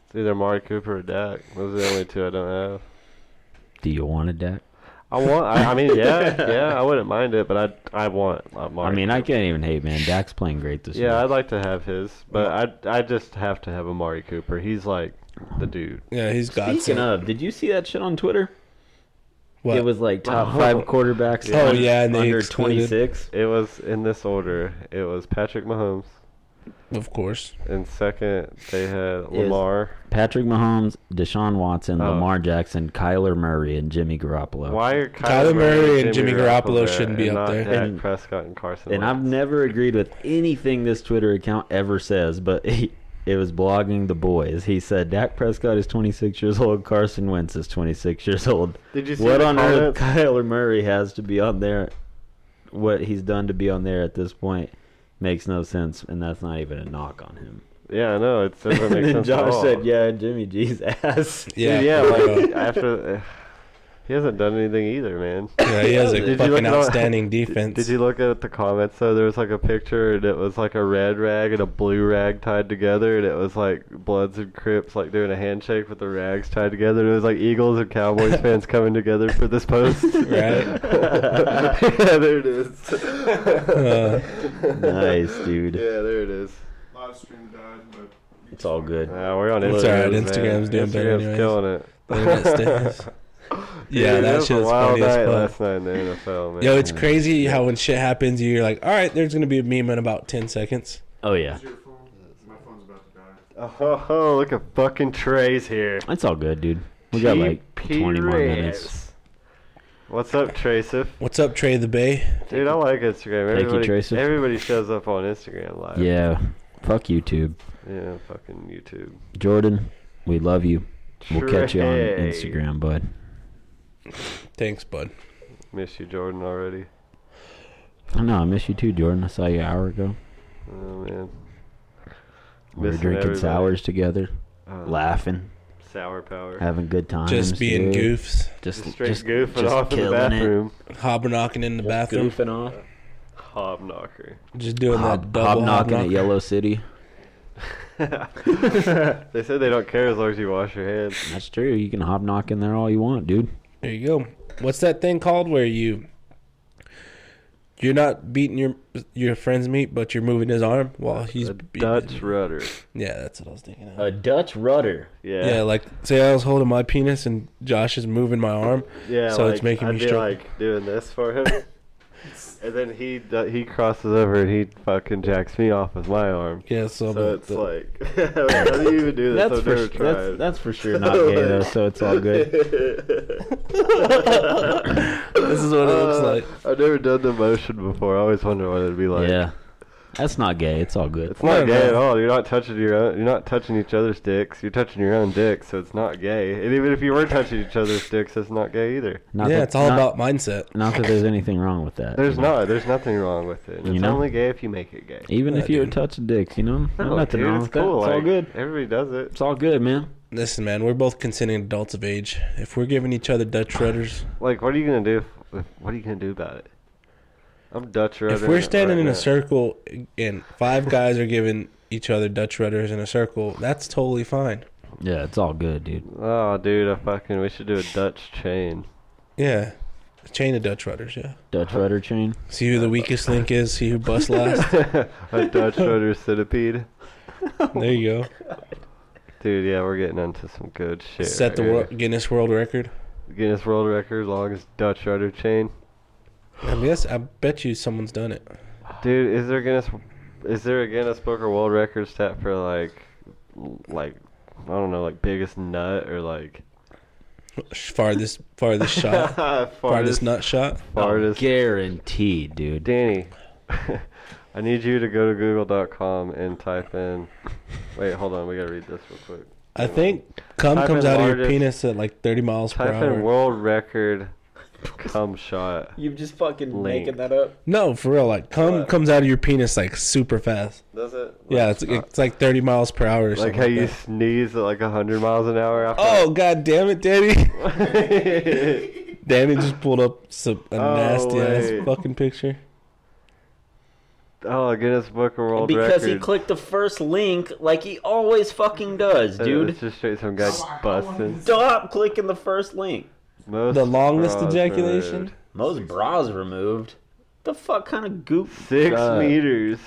It's either Mari Cooper or Dak. Those are the only two I don't have. Do you want a deck? I want. I, I mean, yeah, *laughs* yeah. I wouldn't mind it, but I, I want. Uh, I Mari mean, I Cooper. can't even hate, man. Dak's playing great this Yeah, I'd year. like to have his, but I, I just have to have a Mari Cooper. He's like the dude. Yeah, he's got Speaking of, did you see that shit on Twitter? what? It was like top Oh. five quarterbacks. *laughs* Oh, un- yeah, and they under excluded- 26. It was in this order. It was Patrick Mahomes. of course. In second, they had Lamar. Patrick Mahomes, Deshaun Watson, Oh. Lamar Jackson, Kyler Murray, and Jimmy Garoppolo. Why are Kyler Murray and Jimmy Garoppolo there shouldn't be and up not there? Dak And- Prescott and Carson. And Wentz? I've never agreed with anything this Twitter account ever says, but *laughs* he, it was blogging the boys. He said Dak Prescott is 26 years old, Carson Wentz is 26 years old. *laughs* Did you see What the on comments? earth Kyler Murray has to be on there? What he's done to be on there at this point makes no sense, and that's not even a knock on him. Yeah, I know. It *laughs* *laughs* doesn't make and then sense. at Josh all. said, "Yeah, Jimmy G's *laughs* ass." Yeah, Dude, yeah. for real. Like after, *laughs* He hasn't done anything either, man. Yeah, he has *laughs* Did a you look fucking at all- outstanding *laughs* Did- defense. Did you look at the comments though? There was like a picture and it was like a red rag and a blue rag tied together and it was like Bloods and Crips like doing a handshake with the rags tied together and it was like Eagles *laughs* and Cowboys fans coming together for this post. Right. *laughs* yeah, there it is. Uh. Nice, dude. Yeah, there it is. Live stream died, but It's all good. Nah, we're on Instagram. It's alright, Instagram's doing better anyways. killing *laughs* it. The internet's *laughs* doing- yeah, Dude, that was a shit was wild funny as night fuck. last night in the NFL, man. Yo, it's crazy how when shit happens, you're like, all right, there's gonna be a meme in about ten seconds. Oh yeah, is your phone? My phone's about to die. Oh, ho, ho, look at fucking Trey's here. it's all good, dude. We got like GP 20 more Reyes. minutes. What's up, Tracif? What's up, Trey the Bay? Dude, I like Instagram. Thank you, Everybody, Tracif. everybody shows up on Instagram live. Yeah, fuck YouTube, Yeah, fucking YouTube. Jordan. We love you. We'll catch you on Trey. Instagram, bud. Thanks, bud. Miss you, Jordan, already. I know I miss you too, Jordan. I saw you an hour ago. Oh, man. We were Missing drinking everybody. sours together, Oh, laughing, Sour power. having good times. just being dude. goofs, Just, Just straight just goofing just off in the killing it. bathroom. hobnocking in the bathroom, Goofing off. *laughs* Hobknocker. just doing that Hob, double hobnocking hobknock. at Yellow City. *laughs* they said they don't care as long as you wash your hands. That's true. You can hobnock in there all you want, dude. There you go. What's that thing called where you you're not beating your your friend's meat, but you're moving his arm while he's a beating Dutch Oh, it? rudder. Yeah, that's what I was thinking of. A Dutch rudder. Yeah. yeah. like say I was holding my penis and Josh is moving my arm. Yeah, So like, it's making I'd me be stroke. like doing this for him, *laughs* and then he do- he crosses over and he fucking jacks me off with my arm. Yeah, so, So but it's like, *laughs* how do you even do this? That's I've for never su- tried. that's, that's *laughs* for sure not gay though, so it's all *laughs* good. this is what it looks like. Uh, I've never done the motion before. I always wonder what it'd be like. yeah, that's not gay. It's all good. It's not No, gay no. at all. You're not touching your own. You're not touching each other's dicks. You're touching your own dick, so it's not gay. And even if you were touching each other's dicks, that's not gay either. Not yeah, that- it's all not- about mindset. Not that there's anything wrong with that. There's you know? not. There's nothing wrong with it. It's You know? only gay if you make it gay. Even Yeah, if you were dude. touching dicks, you know, Not No, nothing Oh, dude, wrong it's with that. It's all like, good. Everybody does it. It's all good, man. Listen, man, we're both consenting adults of age. If we're giving each other *sighs* Dutch rudders, Like, what are you gonna do? If, if- what are you gonna do about it? I'm Dutch. if rudder we're standing right in now. a circle and five guys are giving each other Dutch rudders in a circle, that's totally fine. Yeah, it's all good, dude. Oh, dude, I fucking. We should do a Dutch chain. Yeah, a chain of Dutch rudders. Yeah, Dutch rudder chain. see who the weakest link is, see who busts last. *laughs* a *laughs* Dutch rudder centipede. There you go. Dude, yeah, we're getting into some good shit. Set the right wor- here. Guinness World Record. Guinness World Record, longest Dutch rudder chain. I guess I bet you someone's done it. Dude, is there Guinness? Is there a Guinness Book or World Record stat for like, like, I don't know, like biggest nut or like *laughs* Farthest, farthest shot, farthest, farthest nut shot. farthest Guaranteed, dude. Danny, *laughs* I need you to go to google.com and type in. Wait, hold on. We got to read this real quick. I think cum Type comes in out of your largest- penis at like 30 miles per Type in hour. world record cum shot. You've just fucking Link. making that up. No, for real, like cum What? comes out of your penis like super fast. Does it? Yeah, it's, it's like 30 miles per hour or like something. how you that. sneeze at like 100 miles an hour after. *laughs* Oh god damn it, Danny! *laughs* Oh! Danny just pulled up some a Oh, nasty wait. ass fucking *laughs* picture. Oh, Guinness Book of World Because Record. he clicked the first link like he always fucking does, dude. It's just straight some guy I- I busting. Stop clicking the first link. Most The longest bras ejaculation? removed. Those bras removed. The fuck kind of goop? Six Uh, meters.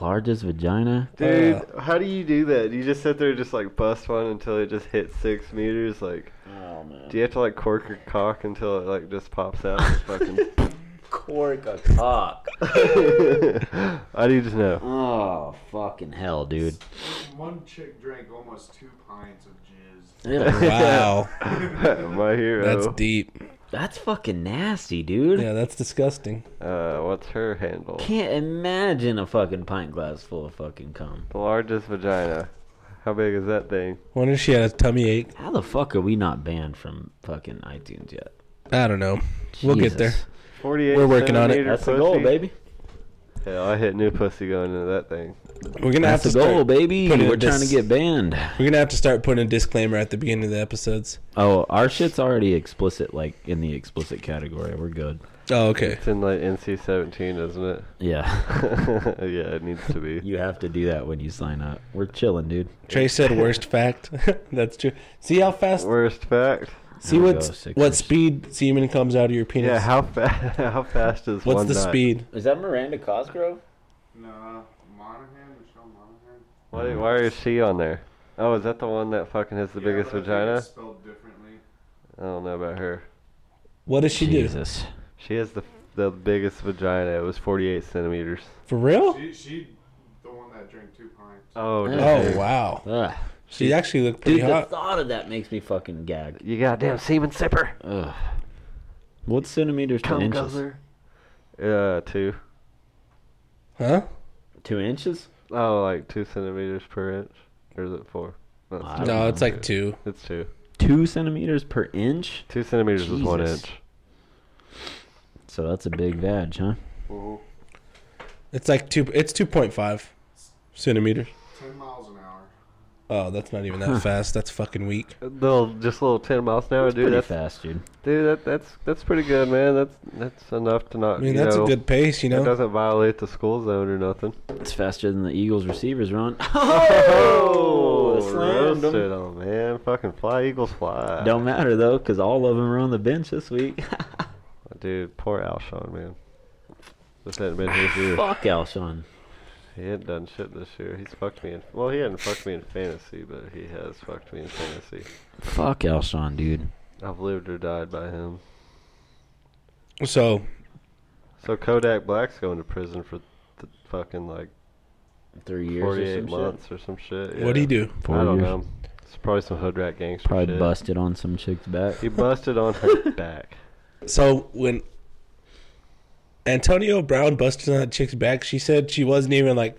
Largest vagina. Dude, uh, how do you do that? You just sit there and just like bust one until it just hits six meters? Like, Oh man. Do you have to like cork your cock until it like just pops out? and fucking. *laughs* Cork a cock. I need to know. *laughs* Oh fucking hell, *laughs* dude. One chick drank almost two pints of jizz. Wow, My hero. that's deep. That's fucking nasty, dude. Yeah, that's disgusting. uh, what's her handle? Can't imagine a fucking pint glass full of fucking cum. The largest vagina. How big is that thing? Wonder if she had a tummy ache. How the fuck are we not banned from fucking iTunes yet? I don't know. We'll get there. Jesus. Forty-eight. We're working on it. centimeter That's the goal, pussy? baby. Hell, I hit new pussy going into that thing. We're gonna That's have the to goal, start, baby. putting We're a trying to dis- get banned. We're gonna have to start putting a disclaimer at the beginning of the episodes. Oh, our shit's already explicit, like in the explicit category. We're good. Oh, okay. It's in like NC seventeen, isn't it? *laughs* Yeah. *laughs* yeah, it needs to be. You have to do that when you sign up. We're chilling, dude. Trey said worst fact. *laughs* That's true. See how fast. Worst fact. see Here we what go, Sixers. what speed semen comes out of your penis. Yeah, how fast? *laughs* How fast is What's one the nut? speed? Is that Miranda Cosgrove? Nah, Monahan, Michelle Monahan. Why, why is she on there? Oh, is that the one that fucking has the Yeah, biggest but I think vagina? it's Spelled differently. I don't know about her. What does she do? Jesus. She has the the biggest vagina. It was 48 centimeters. For real? She, she, the one that drank two pints. Oh, Oh. dang. Oh wow. Ugh. She actually looked pretty Dude, the hot. thought of that makes me fucking gag. You goddamn semen sipper. Uh, Ugh. What centimeters to Come inches? guzzler. Uh, two. Huh? Two inches? Oh, like two centimeters per inch. Or is it four? No, Wow. two. don't No, it's know. like two. It's two. Two centimeters per inch? Two centimeters is one Jesus. inch. So that's a big vag, huh? It's like two. It's two point five centimeters. Ten miles an hour. Oh, that's not even that fast. That's fucking weak. Little, just a little ten miles an hour, That's dude. pretty That's fast, dude. dude. That, that's that's pretty good, man. That's that's enough to not. I mean, you that's know, a good pace, you It know. doesn't violate the school zone or nothing. It's faster than the Eagles receivers run. *laughs* Oh, slammed 'em. roasted 'em, man. Fucking fly, Eagles fly. Don't matter though, because all of them are on the bench this *laughs* week. Dude, poor Alshon, man. This hadn't been his year. Fuck Alshon. He hadn't done shit this year. He's fucked me in. Well, he hadn't fucked me in fantasy, but he has fucked me in fantasy. Fuck Alshon, dude. I've lived or died by him. So So Kodak Black's going to prison for th- fucking like Three years or 48 some months or some shit. what do yeah. you do? Four I don't years. know. It's probably some hood rat gangster shit. Probably shit. busted on some chick's back. He busted on her back. So when Antonio Brown busted on that chick's back, she said she wasn't even like,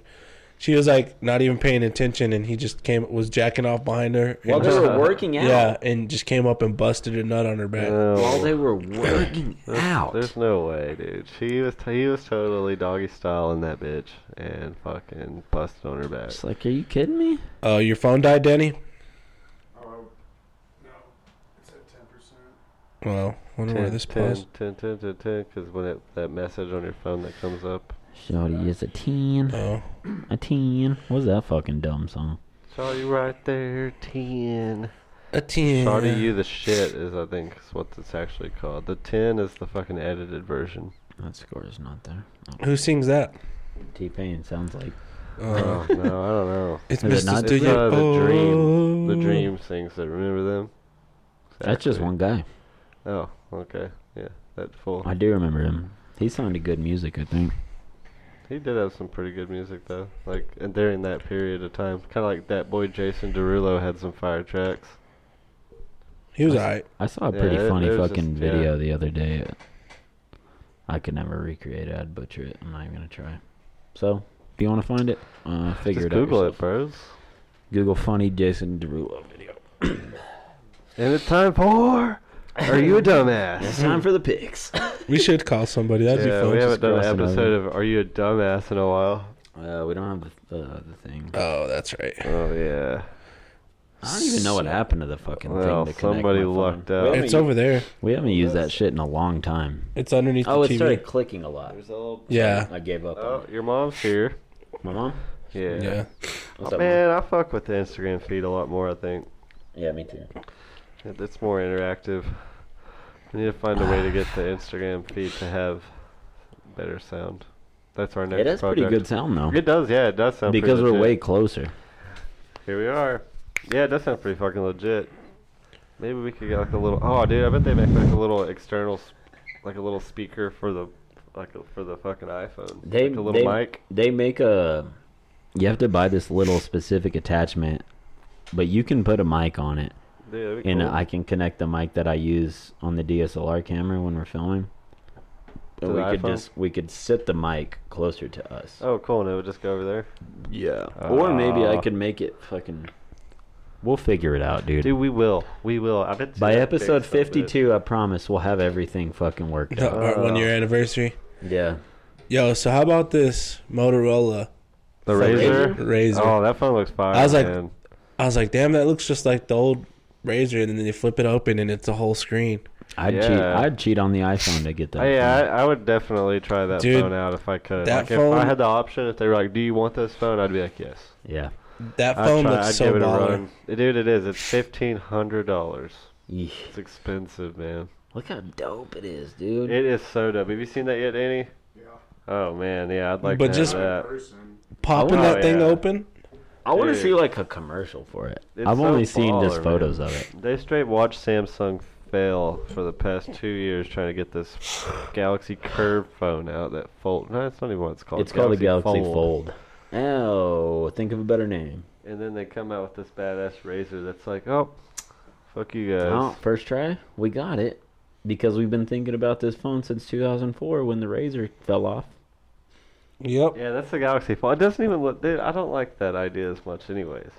she was like not even paying attention, and he just came was jacking off behind her. and *laughs* While they just- were working out. yeah, and just came up and busted a nut on her back. While No. they *coughs* were working out. There's no way, dude. She was he was totally doggy style in that bitch and fucking busted on her back. It's like, are you kidding me? Uh, your phone died, Danny. Oh, no. It's at ten percent. Well, wonder where this paused. 10, 10, 10, 10, because when it, that message on your phone that comes up, Shawty is a teen. Oh, A teen. What's that fucking dumb song? saw you right there, 10. a ten. Sorry, you the shit is, I think, is what it's actually called. The 10 is the fucking edited version. That score is not there. Who sings that? T Pain sounds like. Uh, Oh, no, I don't know. it's Is Mr. it not- It's Studio- not the dream. The Oh. dream sings it. Remember them? That's just Exactly. one guy. Oh, okay. Yeah, that fool. I do remember him. He sounded good music, I think. He did have some pretty good music though, like and during that period of time, kind of like that boy Jason Derulo had some fire tracks. He was alright. I saw a Yeah, pretty there- funny there's just- fucking yeah. video the other day. I could never recreate it. I'd butcher it. I'm not even gonna try. So, if you want to find it, uh, figure Just it Google out. it, yourself. bros. Google funny Jason Derulo video. And it's time for. *laughs* Are you a It's dumbass? time for the *laughs* picks. We should call somebody. That'd be yeah, fun. we haven't just done an crossing episode of Are You a Dumbass in a while. Uh, we don't have the uh, the thing. oh, that's right. Oh yeah. I don't even know what happened to the fucking Well, thing. To connect somebody my phone. lucked out. We haven't, It's over there. we haven't used that shit in a long time. It's underneath Oh, the it TV. started clicking a lot. *laughs* a little. Yeah. I gave up. Oh, on your mom's here. it. My mom. Yeah. Yeah. What's Oh, up, Mom? man, I fuck with the Instagram feed a lot more. I think Yeah, me too. It- it's more interactive. We need to find a way to get the Instagram feed to have better sound. That's our next. It has pretty project. good sound though. It does, yeah, it does sound pretty Because we're legit. way closer. Here we are. Yeah, it does sound pretty fucking legit. Maybe we could get like a little. Oh, dude, I bet they make like a little external, s- like a little speaker for the, like a, for the fucking iPhone. They like a little they, mic. They make a. You have to buy this little specific attachment, but you can put a mic on it, Dude, that'd be and cool. I can connect the mic that I use on the DSLR camera when we're filming. To But we the could iPhone? just we could sit the mic closer to us. Oh, cool. And it would just go over there. Yeah. or maybe I Ah. could make it fucking. Uh, We'll figure it out, dude. Dude, we will. We will. I bet. you By that episode fixed something. 52, I promise we'll have everything fucking worked out. Uh. Our one year anniversary. Yeah. Yo, so how about this Motorola The Fucking razor? Razor. Oh, that phone looks fire. I was like- man. I was like, damn, that looks just like the old razor, and then you flip it open and it's a whole screen. I'd Yeah. cheat. I'd cheat on the iPhone to get that. Oh, yeah, phone. I, I would definitely try that Dude, phone out if I could. that Like, phone- if I had the option, if they were like, "Do you want this phone?" I'd be like, "Yes." yeah. That I'd phone try- looks I'd so baller. dude. It is. It's fifteen hundred dollars. Yeesh. It's expensive, man. Look how dope it is, dude. It is so dope. Have you seen that yet, Danny? Yeah. Oh man, yeah, I'd like But to just- have That that. person. Popping Oh, that thing yeah. open, I want to dude. see like a commercial for it. It's I've so only seen baller, just man. photos of it. They straight watched Samsung fail for the past two years trying to get this Galaxy Curve phone out. That fold. No, it's not even what it's called. it's called the Galaxy Fold. Oh, think of a better name. And then they come out with this badass razor that's like, oh, fuck you guys. Oh, first try, we got it because we've been thinking about this phone since 2004 when the Razor fell off. yep. Yeah, that's the Galaxy Fold. It doesn't even look. Dude, I don't like that idea as much, anyways.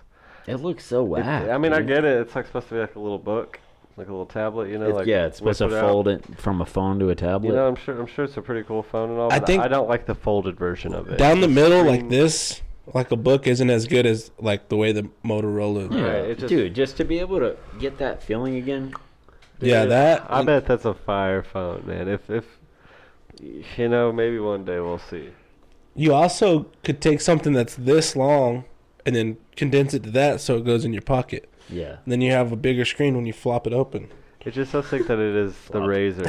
It looks so It- whack. I mean, I dude. get it. It's like supposed to be like a little book, like a little tablet. You know, It's- like yeah, it's supposed to whip it out. fold it from a phone to a tablet. You know, I'm sure. I'm sure it's a pretty cool phone and all. I But I think- I don't like the folded version of it. Down the middle like screen- this, like a book, isn't as good as like the way the Motorola. yeah, Yeah, Right, it just- dude, just to be able to get that feeling again. that. um, I bet that's a fire phone, man. If if you know, maybe one day we'll see. You also could take something that's this long and then condense it to that so it goes in your pocket. Yeah, And then you have a bigger screen when you flop it open. It's just so sick that *laughs* it is the Flop. razor.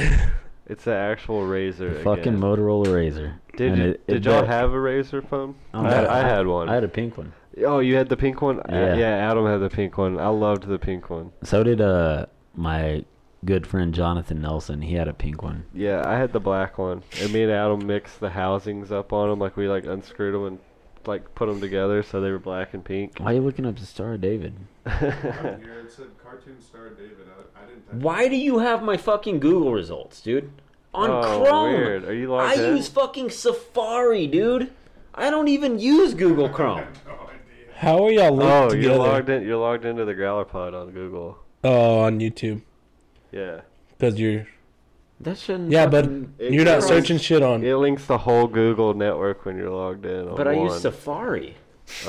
It's the actual razor. fucking again. Motorola Razor. Did And you, it- it did y'all bet- have a razor phone? Oh, I, no. I had one. I had a pink one. oh, you had the pink one. Yeah. Yeah. yeah, Adam had the pink one. I loved the pink one. So did uh my good friend Jonathan Nelson. He had a pink one. Yeah, I had the black one. And me and Adam mixed the housings up on them. Like we like unscrewed them and like put them together so they were black and pink. Why are you looking up the Star of David? That was weird. It said cartoon star David. *laughs* I, I didn't. Touch Why do you have my fucking Google results, dude? On Oh, Chrome. weird. Are you I logged in? use fucking Safari, dude. I don't even use Google Chrome. it. No idea. How are y'all linked oh, together? you're logged in. You're logged into the Growlerpod on Google. Oh, on YouTube. Yeah, Because you're. That shouldn't. Yeah, but it- you're not it- searching shit on. it links the whole Google network when you're logged in. on But I use one. Safari.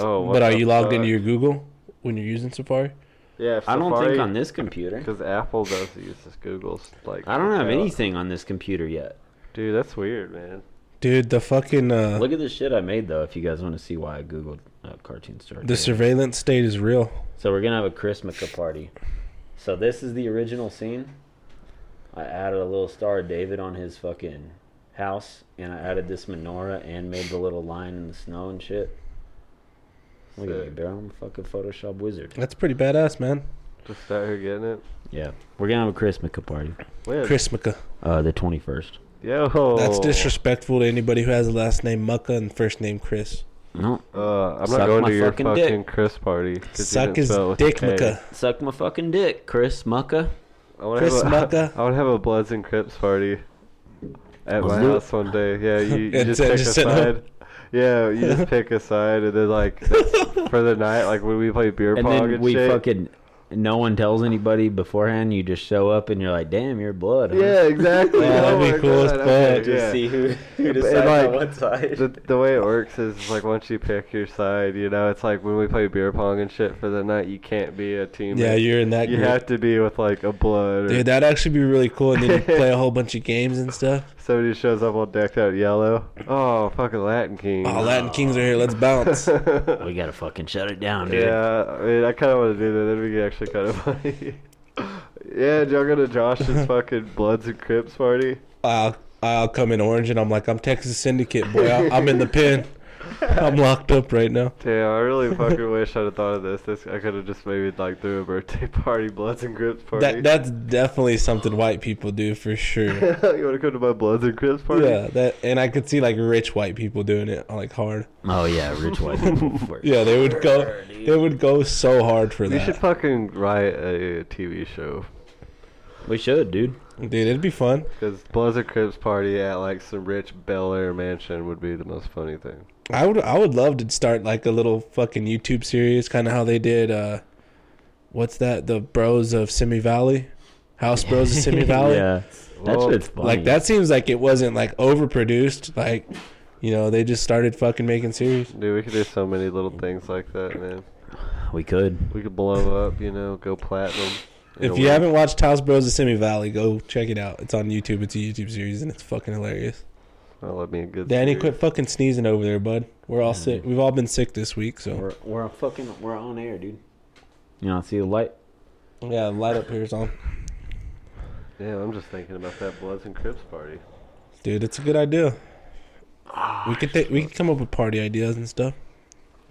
Oh, what But are the you logged fuck? into your Google when you're using Safari? Yeah, if I don't think Safari- on this computer. Because Apple does use this Google's like. I don't have account. anything on this computer yet. Dude, that's weird, man. Dude, the fucking. Uh, Look at the shit I made though. If you guys want to see why I googled uh, cartoon Star. the of David. surveillance state is real. So we're gonna have a Chrismica party. So this is the original scene. I added a little star of David on his fucking house, and I added this menorah and made the little line in the snow and shit. Look at me, Sick. bro. I'm a fucking Photoshop *laughs* wizard. That's pretty badass, man. Just out here getting it. Yeah, we're gonna have a Chrismica party. When? Chris Mika. Uh, the 21st. Yo. That's disrespectful to anybody who has the last name Mucka and first name Chris. No, Uh, I'm Suck not going my to your fucking fucking, dick. Chris party. 'cause you Suck didn't his spell it with a dick, K. Mika. suck my fucking dick, Chris Mucka. I wanna Chris have a- Mucka. *laughs* I would have a Bloods and Crips party at Let's my do it. house one day. *laughs* Yeah, you, you And just so pick just a sit side. up. Yeah, *laughs* you just pick a side, and then like that's for the night, like when we play beer And pong then and we shit. fucking. No one tells anybody beforehand. You just show up and you're like, "Damn, you're blood." huh?" yeah, exactly. Yeah, that'd Oh be my cool as God, fuck. okay, yeah. who, who decides on like, what side. the, the way it works is *laughs* it's like once you pick your side, you know, it's like when we play beer pong and shit for the night, you can't be a team. Yeah, you're in that you group. have to be with like a blood or Dude, that'd actually be really cool. And then you *laughs* play a whole bunch of games and stuff. somebody shows up all decked out yellow. Oh, fucking Latin King. Oh, *laughs* Latin Kings are here. Let's bounce. *laughs* We gotta fucking shut it down, dude. yeah, I mean, I kind of want to do that. That'd be actually kind of *laughs* funny. yeah, y'all go *laughs* to Josh's fucking Bloods and Crips party. I'll, I'll come in orange and I'm like, I'm Texas Syndicate, boy. I- I'm in the pen. I'm locked up right now. Damn, I really *laughs* fucking wish I'd have thought of this. This I could have just maybe like threw a birthday *laughs* party, Bloods and Crips party. That That's definitely something white people do for sure. *laughs* *laughs* you want to come to my Bloods and Crips party? Yeah, that and I could see like rich white people doing it like hard. Oh yeah, rich *laughs* white people. for Yeah, they would go sure, dude. they would go so hard for We should that. fucking write a TV show. We should, dude. Dude, it'd be fun. Because Bloods and Crips party at like some rich Bel Air mansion would be the most funny thing. I would I would love to start like a little fucking YouTube series, kind of how they did. uh What's that? The Bros of Simi Valley, House Bros *laughs* of Simi Valley. yeah, that Well, shit's funny. Like that seems like it wasn't like overproduced. Like You know, they just started fucking making series. Dude, we could do so many little things like that, man. We could. We could blow up, you know, go platinum. in a If you week. haven't watched House Bros of Simi Valley, go check it out. It's on YouTube. It's a YouTube series and it's fucking hilarious. that'll let me Oh, a good. Danny, series. quit fucking sneezing over there, bud. We're all sick. We've all been sick this week, so We're we're fucking we're on air, dude. You know, see the light. yeah, light up here's on. Yeah, I'm just thinking about that Bloods and Crips party. Dude, it's a good idea. We could th- we could come up with party ideas and stuff.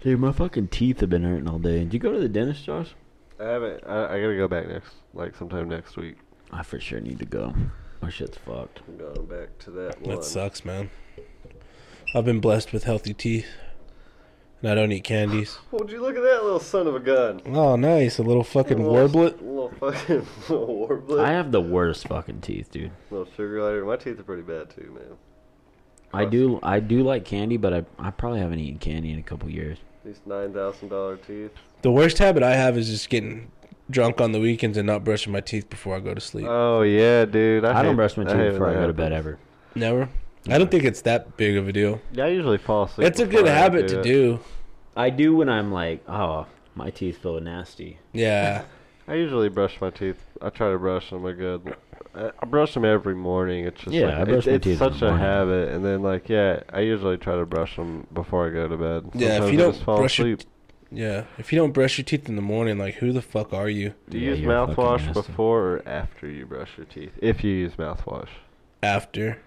Dude, my fucking teeth have been hurting all day. Did you go to the dentist, Josh? I haven't. I, I gotta go back next, like sometime next week. I for sure need to go. My shit's fucked. I'm going back to that one. That sucks, man. I've been blessed with healthy teeth, and I don't eat candies. Would you look at that little son of a gun? Oh, nice! A little fucking warblet. Little fucking *laughs* little warblet. I have the worst fucking teeth, dude. little sugar glider. My teeth are pretty bad too, man. I do I do like candy, but I I probably haven't eaten candy in a couple years. These nine thousand dollar teeth. The worst habit I have is just getting drunk on the weekends and not brushing my teeth before I go to sleep. Oh yeah, dude. I, I, don't hate- brush my hate teeth when before I that go to bed happens. ever. Never. I don't think it's that big of a deal. Yeah, I usually fall asleep. It's a before good I habit to it. do. I do when I'm like, oh, my teeth feel nasty. *laughs* Yeah. I usually brush my teeth. I try to brush them a good. I I brush them every morning. It's just Yeah, like, I brush it- my it's teeth in such the a morning. habit. And then like yeah, I usually try to brush them before I go to bed. Yeah, if Sometimes you I don't just fall brush your asleep. Yeah. If you don't brush your teeth in the morning, like who the fuck are you? Do you Yeah, use you're fucking mouthwash nasty. before or after you brush your teeth? If you use mouthwash. After.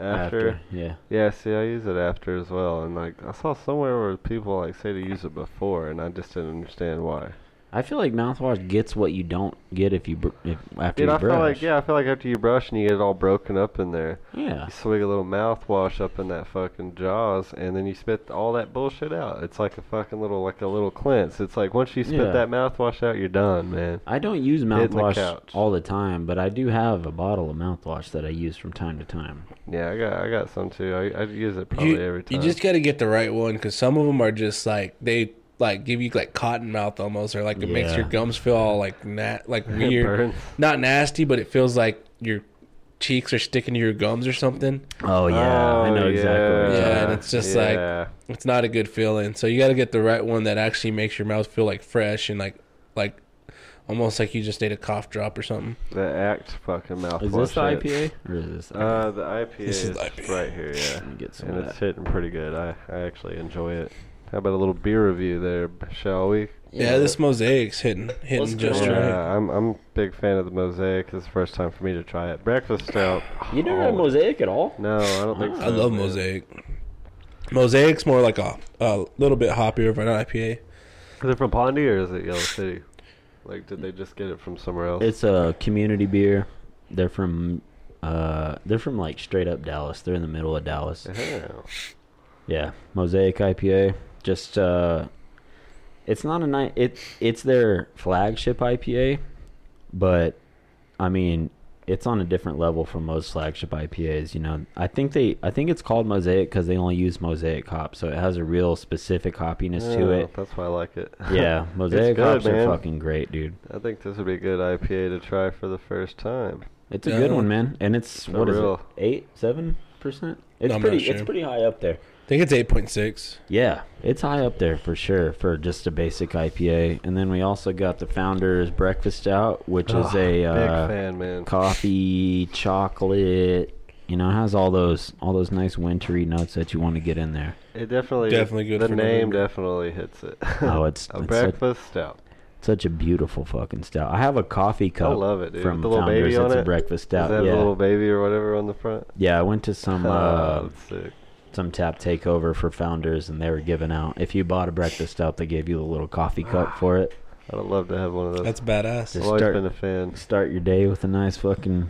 After. yeah. Yeah, see, I use it after as well, and like I saw somewhere where people like say to use it before, and I just didn't understand why. I feel like mouthwash gets what you don't get if you br- if, after Dude, you I brush. feel like yeah, I feel like after you brush and you get it all broken up in there, yeah. you swig a little mouthwash up in that fucking jaws, and then you spit all that bullshit out. It's like a fucking little like a little cleanse. It's like once you spit Yeah. that mouthwash out, you're done, man. I don't use Hit my mouthwash couch. all the time, but I do have a bottle of mouthwash that I use from time to time. Yeah, I got I got some too. I I use it probably You, every you time. just got to get the right one because some of them are just like they like give you like cotton mouth almost, or like it makes Yeah. your gums feel all like nat like *laughs* It weird, burns. not nasty, but it feels like your cheeks are sticking to your gums or something. Oh yeah, I Oh, know exactly. What you're Yeah, talking and it's just like- yeah. It's not a good feeling, so you got to get the right one that actually makes your mouth feel like fresh and like like almost like you just ate a cough drop or something. the act fucking mouthwash. about. Is this the it. IPA or is this? Uh, the IPA This is is IPA. right here, yeah. Let me get some And of it's that. hitting pretty good. I, I actually enjoy it. How about a little beer review there, b- shall we? Yeah, this mosaic's hitting hitting just go. right. Yeah, I'm I'm a big fan of the Mosaic. It's the first time for me to try it. Breakfast stout. You never had Oh, mosaic Ah. at all? No, I don't think so. I love man. mosaic. Mosaic's more like a a little bit hoppier of an IPA. Is it from Pondy or is it Yellow City? Like, did they just get it from somewhere else? It's a community beer. They're from, uh, they're from like straight up Dallas. They're in the middle of Dallas. Oh. Yeah, Mosaic IPA. Just uh, it's not a night. It it's their flagship IPA, but I mean, it's on a different level from most flagship IPAs. You know, I think they I think it's called Mosaic because they only use Mosaic hop, so it has a real specific hoppiness to Yeah, it. Oh, That's why I like it. *laughs* Yeah, Oh, It's Mosaic good, hops man. are fucking great, dude. I think this would be a good IPA to try for the first time. It's a good Yeah. one, man, and it's For what is real. it? Eight, seven percent. It's I'm not pretty. It's sure. pretty high up there. I think it's eight point six. Yeah, it's high up there for sure for just a basic IPA. And then we also got the Founders Breakfast Out, which is Oh, a big uh, fan, man. coffee, chocolate. You know, it has all those all those nice wintry notes that you want to get in there. It definitely Definitely good The for name November. definitely hits it. *laughs* Oh, it's- a it's breakfast stout. Such a beautiful fucking stout. I have a coffee cup. I love it, dude. From the little Founders, baby on it's it. a breakfast Is stout. that yeah, a little baby or whatever on the front? yeah. I went to some *laughs* Ah, uh, that's sick. some tap takeover for Founders, and they were giving out. If you bought a breakfast stout, they gave you a little coffee cup for it. I'd love to have one of those. That's I've badass. always start- been a fan. Start your day with a nice fucking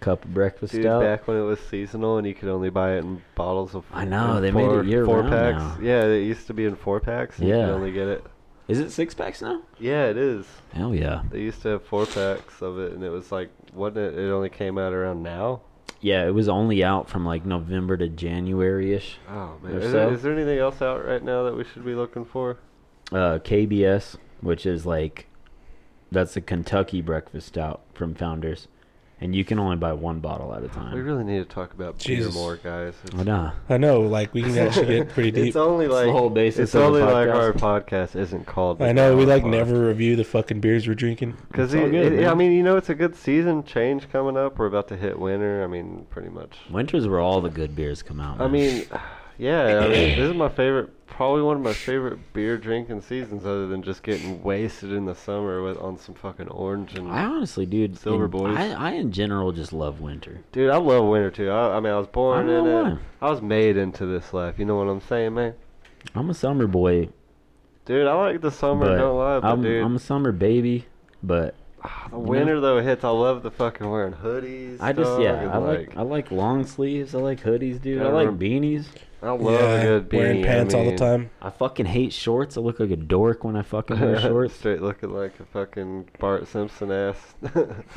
cup of breakfast Dude, stout. back when it was seasonal and you could only buy it in bottles of. I know, in they made it four- four year-round packs. now. Yeah, it used to be in four packs. And You Yeah. could only get it. Is it six packs now? Yeah, it is. Hell yeah. They used to have four packs of it, and it was like, wasn't it? It only came out around now. Yeah, it was only out from like November to January ish. Oh man, Or is, there- so. is there anything else out right now that we should be looking for? Uh, KBS, which is like, that's a Kentucky breakfast stout from Founders. and you can only buy one bottle at a We time. really need to talk about Jesus. beer more, guys. It's- I know. I know, like we can actually *laughs* get pretty deep. It's only It's the like whole basis It's of the only like podcast. our podcast isn't called. I know we *laughs* like never review the fucking beers we're drinking. because It's all good, man. I mean you know it's a good season change coming up. We're about to hit winter. I mean pretty much. Winters where all the good beers come out. I man. mean, *sighs* yeah. I mean, this is my favorite, probably one of my favorite beer drinking seasons, other than just getting wasted in the summer with on some fucking orange and. I honestly, dude, Silver in- Boys. I, I in general just love winter. Dude, I love winter too. I, I mean, I was born I don't in know it. why. I was made into this life. You know what I'm saying, man? I'm a summer boy, Dude, I like the summer. but don't lie, but I'm, dude, ah, I'm a summer baby. But the winter though hits. I love the fucking wearing hoodies. I just dog, yeah, and, I like I like long sleeves. I like hoodies, dude. I I like rem- beanies. I love a good beanie. wearing pants I all the mean, *laughs* time. I fucking hate shorts. I look like a dork when I fucking wear shorts. Straight looking like a fucking Bart Simpson ass.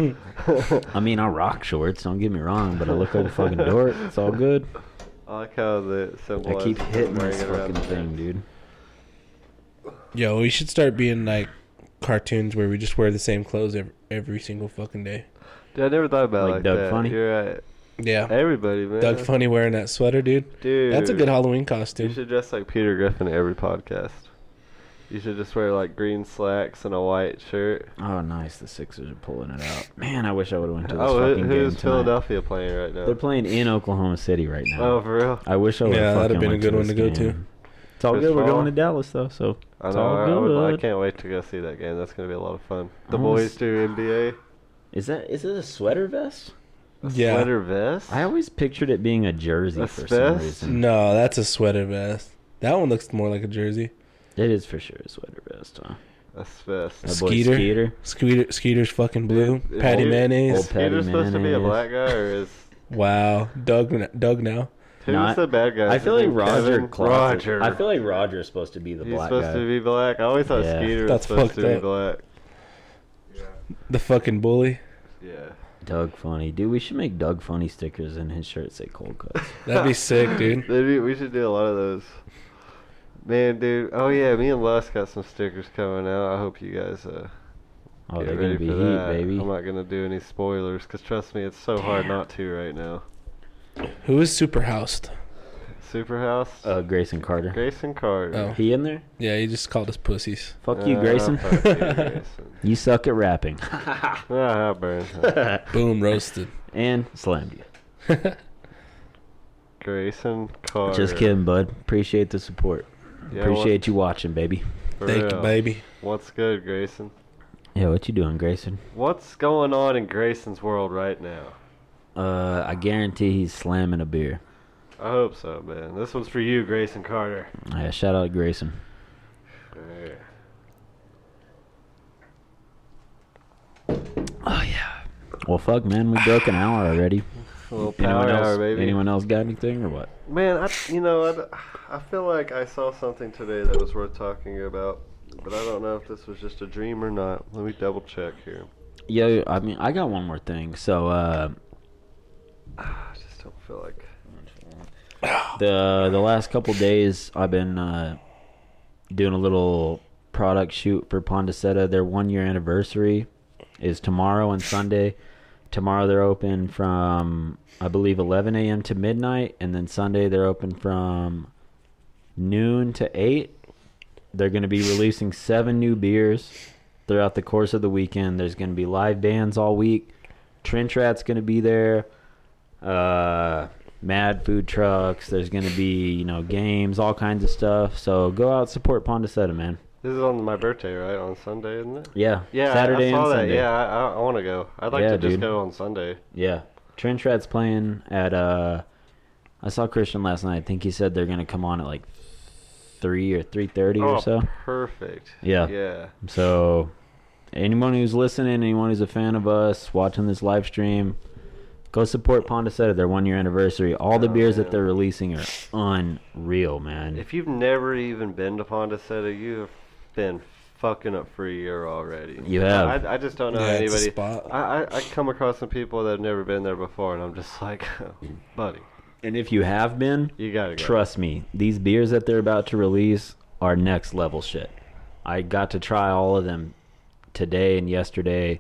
*laughs* I mean, I rock shorts. Don't get me wrong, but I look like a fucking dork. It's all good. I like how the symbol. I keep hitting this fucking thing, thing, dude. Yo, we should start being like cartoons where we just wear the same clothes every, every single fucking day. Dude, I never thought about it Like like, Doug that. Funny? You're right. Yeah, Everybody, man. Doug Funny wearing that sweater, dude. Dude, That's a good Halloween You costume. should dress like Peter Griffin at every podcast. You should just wear like green slacks and a white shirt. Oh, nice. The Sixers are pulling it out. Man, I wish I would have went to this Oh, who, fucking game who's tonight. Philadelphia playing right now? They're playing in Oklahoma City right now. Oh, for real? I wish I would. Yeah, have that'd have been a good one to go to. It's all Chris good. We're Paul. going to Dallas though, so I it's know. all I, I, would, I good. can't wait to go see that game. That's gonna be a lot of fun. The I wanna boys s- do NBA. is that is it a sweater vest? Yeah. Sweater vest. I always pictured it being a jersey A for some vest? reason. No, that's a sweater vest. That one looks more like a jersey. It is for sure a sweater vest. Huh? That's vest. That boy Skeeter. Skeeter. Skeeter, Skeeter's fucking blue. Dude, is Patty Skeeter- Old mayonnaise. Patty Peter's supposed to be a Mayonnaise. black guy, or is *laughs* Wow, Doug. Doug now. who's Not- the bad guy? I feel Is like it Roger. Kevin? Roger. I feel like Roger is supposed to be the He's black supposed guy. to be black. I always thought Yeah. Skeeter That's was fucked supposed to be up. black. Yeah. The fucking bully. Yeah. Doug Funny, dude. We should make Doug Funny stickers and his shirt say "Cold Cuts." That'd be *laughs* sick, dude. Maybe we should do a lot of those. Man, dude. Oh yeah, me and Les got some stickers coming out. I hope you guys uh, Oh, get they're ready gonna be for heat, that. Oh baby. I'm not gonna do any spoilers, cause trust me, it's so hard not to right now. Who is super housed? Superhouse, Uh, Grayson Carter. Grayson Carter. Oh. He in there? Yeah, he just called us pussies. Fuck you, Ah, Grayson. *laughs* *laughs* fuck you, Grayson. you suck at *laughs* rapping. Ah, burn. Ah, *laughs* Boom, *laughs* roasted. and slammed you. Grayson Carter. Just kidding, bud. Appreciate the support. Yeah, Appreciate you watching, baby. what, for Thank you, real. baby. What's good, Grayson? Yeah, what you doing, Grayson? What's going on in Grayson's world right now? Uh, I guarantee he's slamming a beer. I hope so, man. This one's for you, Grayson Carter. Yeah, shout out Grayson. Yeah. Oh yeah. Well, fuck, man, we broke an hour already. A little power Anyone else? hour, baby. Anyone else got anything or what? Man, I, you know, I d- I, feel like I saw something today that was worth talking about, but I don't know if this was just a dream or not. Let me double check here. Yo, I mean, I got one more thing. So, uh, Ah, I just don't feel like. the the last couple days, I've been uh, doing a little product shoot for Pondicetta. Their one year anniversary is tomorrow and Sunday. Tomorrow they're open from I believe 11 a.m. to midnight, and then Sunday they're open from noon to eight. They're going to be releasing seven new beers throughout the course of the weekend. There's going to be live bands all week. Trench Rat's going to be there. Uh, mad food trucks. There's going to be you know games, all kinds of stuff. So go out support Pondicetta, man. This is on my birthday, right? On Sunday, isn't it? Yeah. Yeah, I- Saturday I saw and that. Sunday. Yeah, I, I, I want to go. I'd like Yeah, to just dude. go on Sunday. Yeah. Trench Rat's playing at uh I saw Christian last night. I think he said they're gonna come on at like three or three thirty oh, or so. perfect. Yeah. Yeah. So anyone who's listening, anyone who's a fan of us, watching this live stream, go support Pondicetta, their one year anniversary. All the Oh, beers that man. they're releasing are unreal, man. If you've never even been to Pondicetta, you've been fucking up for a year already. You have. I, I just don't know Yeah, it's a anybody. spot. I, I, I come across some people that have never been there before, and I'm just like, *laughs* buddy, and if you have been, you gotta go. Trust me, these beers that they're about to release are next level shit. I got to try all of them today and yesterday.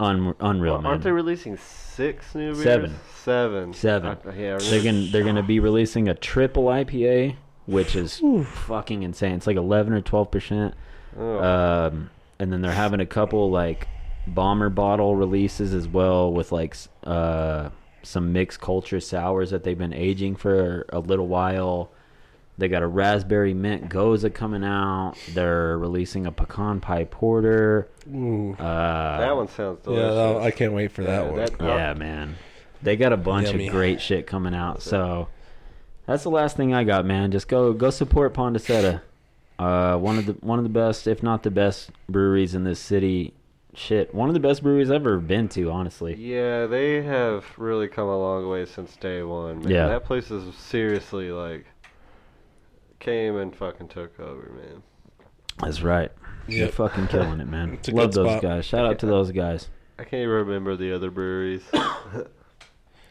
un- unreal, Well, man. aren't they releasing six new beers? Seven. Seven. Seven. I- yeah, They're I remember- gonna they're gonna be releasing a triple IPA, which is fucking insane. It's like eleven or twelve percent. oh. Um, and then they're having a couple like bomber bottle releases as well with like s- uh, some mixed culture sours that they've been aging for a little while. They got a raspberry mint goza coming out. They're releasing a pecan pie porter. Ooh. Uh, that one sounds yeah, delicious. that- I can't wait for that Yeah, one. that- yeah, man. They got a bunch Yummy. of great shit coming out. So that's the last thing I got, man. Just go go support Pondicetta. Uh, one of the one of the best, if not the best, breweries in this city. Shit, one of the best breweries I've ever been to, honestly. Yeah, they have really come a long way since day one. Man. Yeah. that place is seriously like came and fucking took over, man. That's right. You're Yep. fucking killing it, man. It's a Love good those spot. guys. Shout out to those guys. I can't even remember the other breweries. *coughs*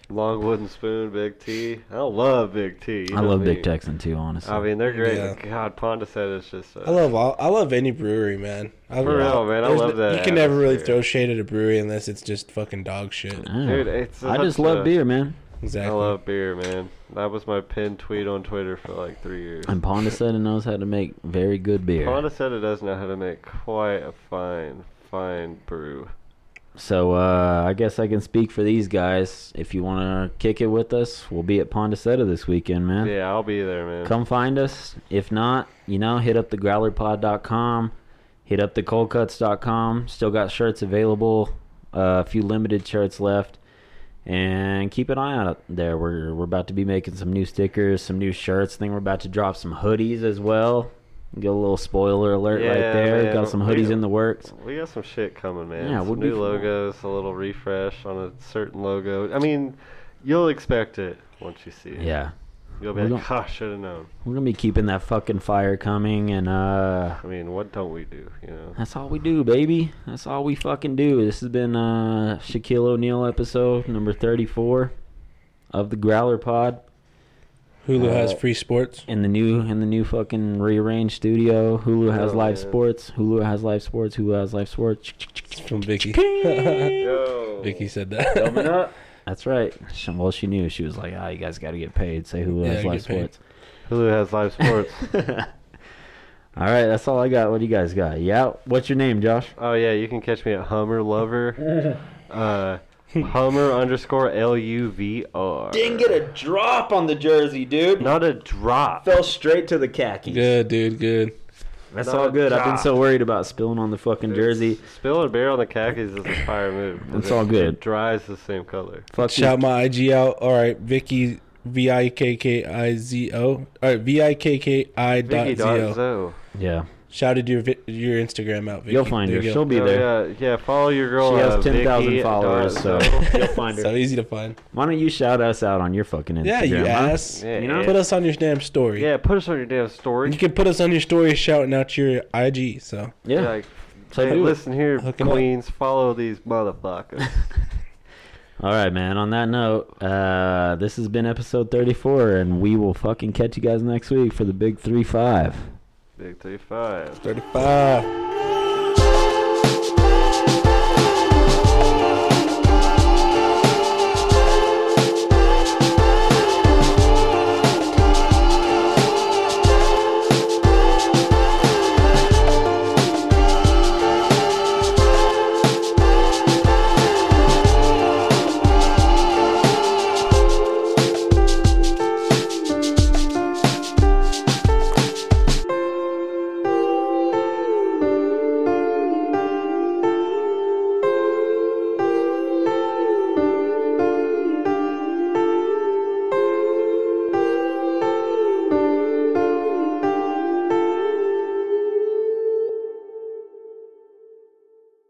Long Wooden Spoon, Big T. I love Big T. you I know love me. Big Texan too, honestly. I mean, they're great. Yeah. God, Pondicetta is just. A, I love all, I love any brewery, man. I, For real, man, I there's love no- that You can never really atmosphere. throw shade at a brewery unless it's just fucking dog shit. Yeah. Dude, it's I just such love a- beer, man. Exactly. I love beer, man. That was my pinned tweet on Twitter for like three years. And Pondicetta knows how to make very good beer. Pondicetta does know how to make quite a fine, fine brew. So uh, I guess I can speak for these guys. If you want to kick it with us, we'll be at Pondicetta this weekend, man. Yeah, I'll be there, man. Come find us. If not, you know, hit up the growlerpod.com, hit up the coldcuts.com. Still got shirts available, uh, a few limited shirts left. And keep an eye out there. We're we're about to be making some new stickers, some new shirts. I think we're about to drop some hoodies as well. Get a little spoiler alert right Yeah, there. man. Got some We- hoodies in the works. We got some shit coming, man. Yeah, some would be new cool. logos, a little refresh on a certain logo. I mean, you'll expect it once you see it. Yeah. You'll be We're like, gosh, should have known. We're gonna be keeping that fucking fire coming, and uh, I mean, what don't we do, *laughs* you know? that's all we do, baby. That's all we fucking do. This has been uh Shaquille O'Neal episode number thirty-four of the Growler Pod Hulu has Uh, free sports. in the new in the new fucking rearranged studio. Hulu has Oh, live man. sports. Hulu has live sports. Hulu has live sports. It's from Vicky. Yo. Vicky said *laughs* that. Coming up. That's right. She- Well, she knew. She was like, "Ah, you guys got to get paid." Say Hulu Yeah, has get live paid. sports. Hulu has *laughs* live sports. All right, that's all I got. What do you guys got? Yeah. What's your name, Josh? oh, yeah, you can catch me at Hummer Lover. *laughs* Uh, Hummer underscore L U V R. Didn't get a drop on the jersey, dude. Not a drop. Fell straight to the khakis. good, dude. Good. That's Not all a good. I've been drop. so worried about spilling on the fucking jersey. Spilling beer on the khakis is a fire move. It's It- all good. It dries the same color. Fuck Shout my IG out. All right, Vicky. V i k k i z o. All right, v i k k i Vicky uh. dot z dot o. Zo. you. Yeah, Shouted your vi- your Instagram out. Vicky. you'll find There her. you She'll go. be Oh, there. Yeah, yeah, follow your girl. She uh, has ten thousand Vicky followers, dot so *laughs* Zo. you'll find So her. easy to find. Why don't you shout us out on your fucking Instagram? Yeah, you huh? ass. Yeah, You know? Put us on your damn story. yeah, put us on your damn story. You can put us on your story shouting out your IG. So Yeah. Like, So hey, do it. listen here, Hook 'em up. queens, follow *laughs* these motherfuckers. All right, man. On that note, uh, this has been episode thirty-four, and we will fucking catch you guys next week for the big three-five. Big three five. thirty five.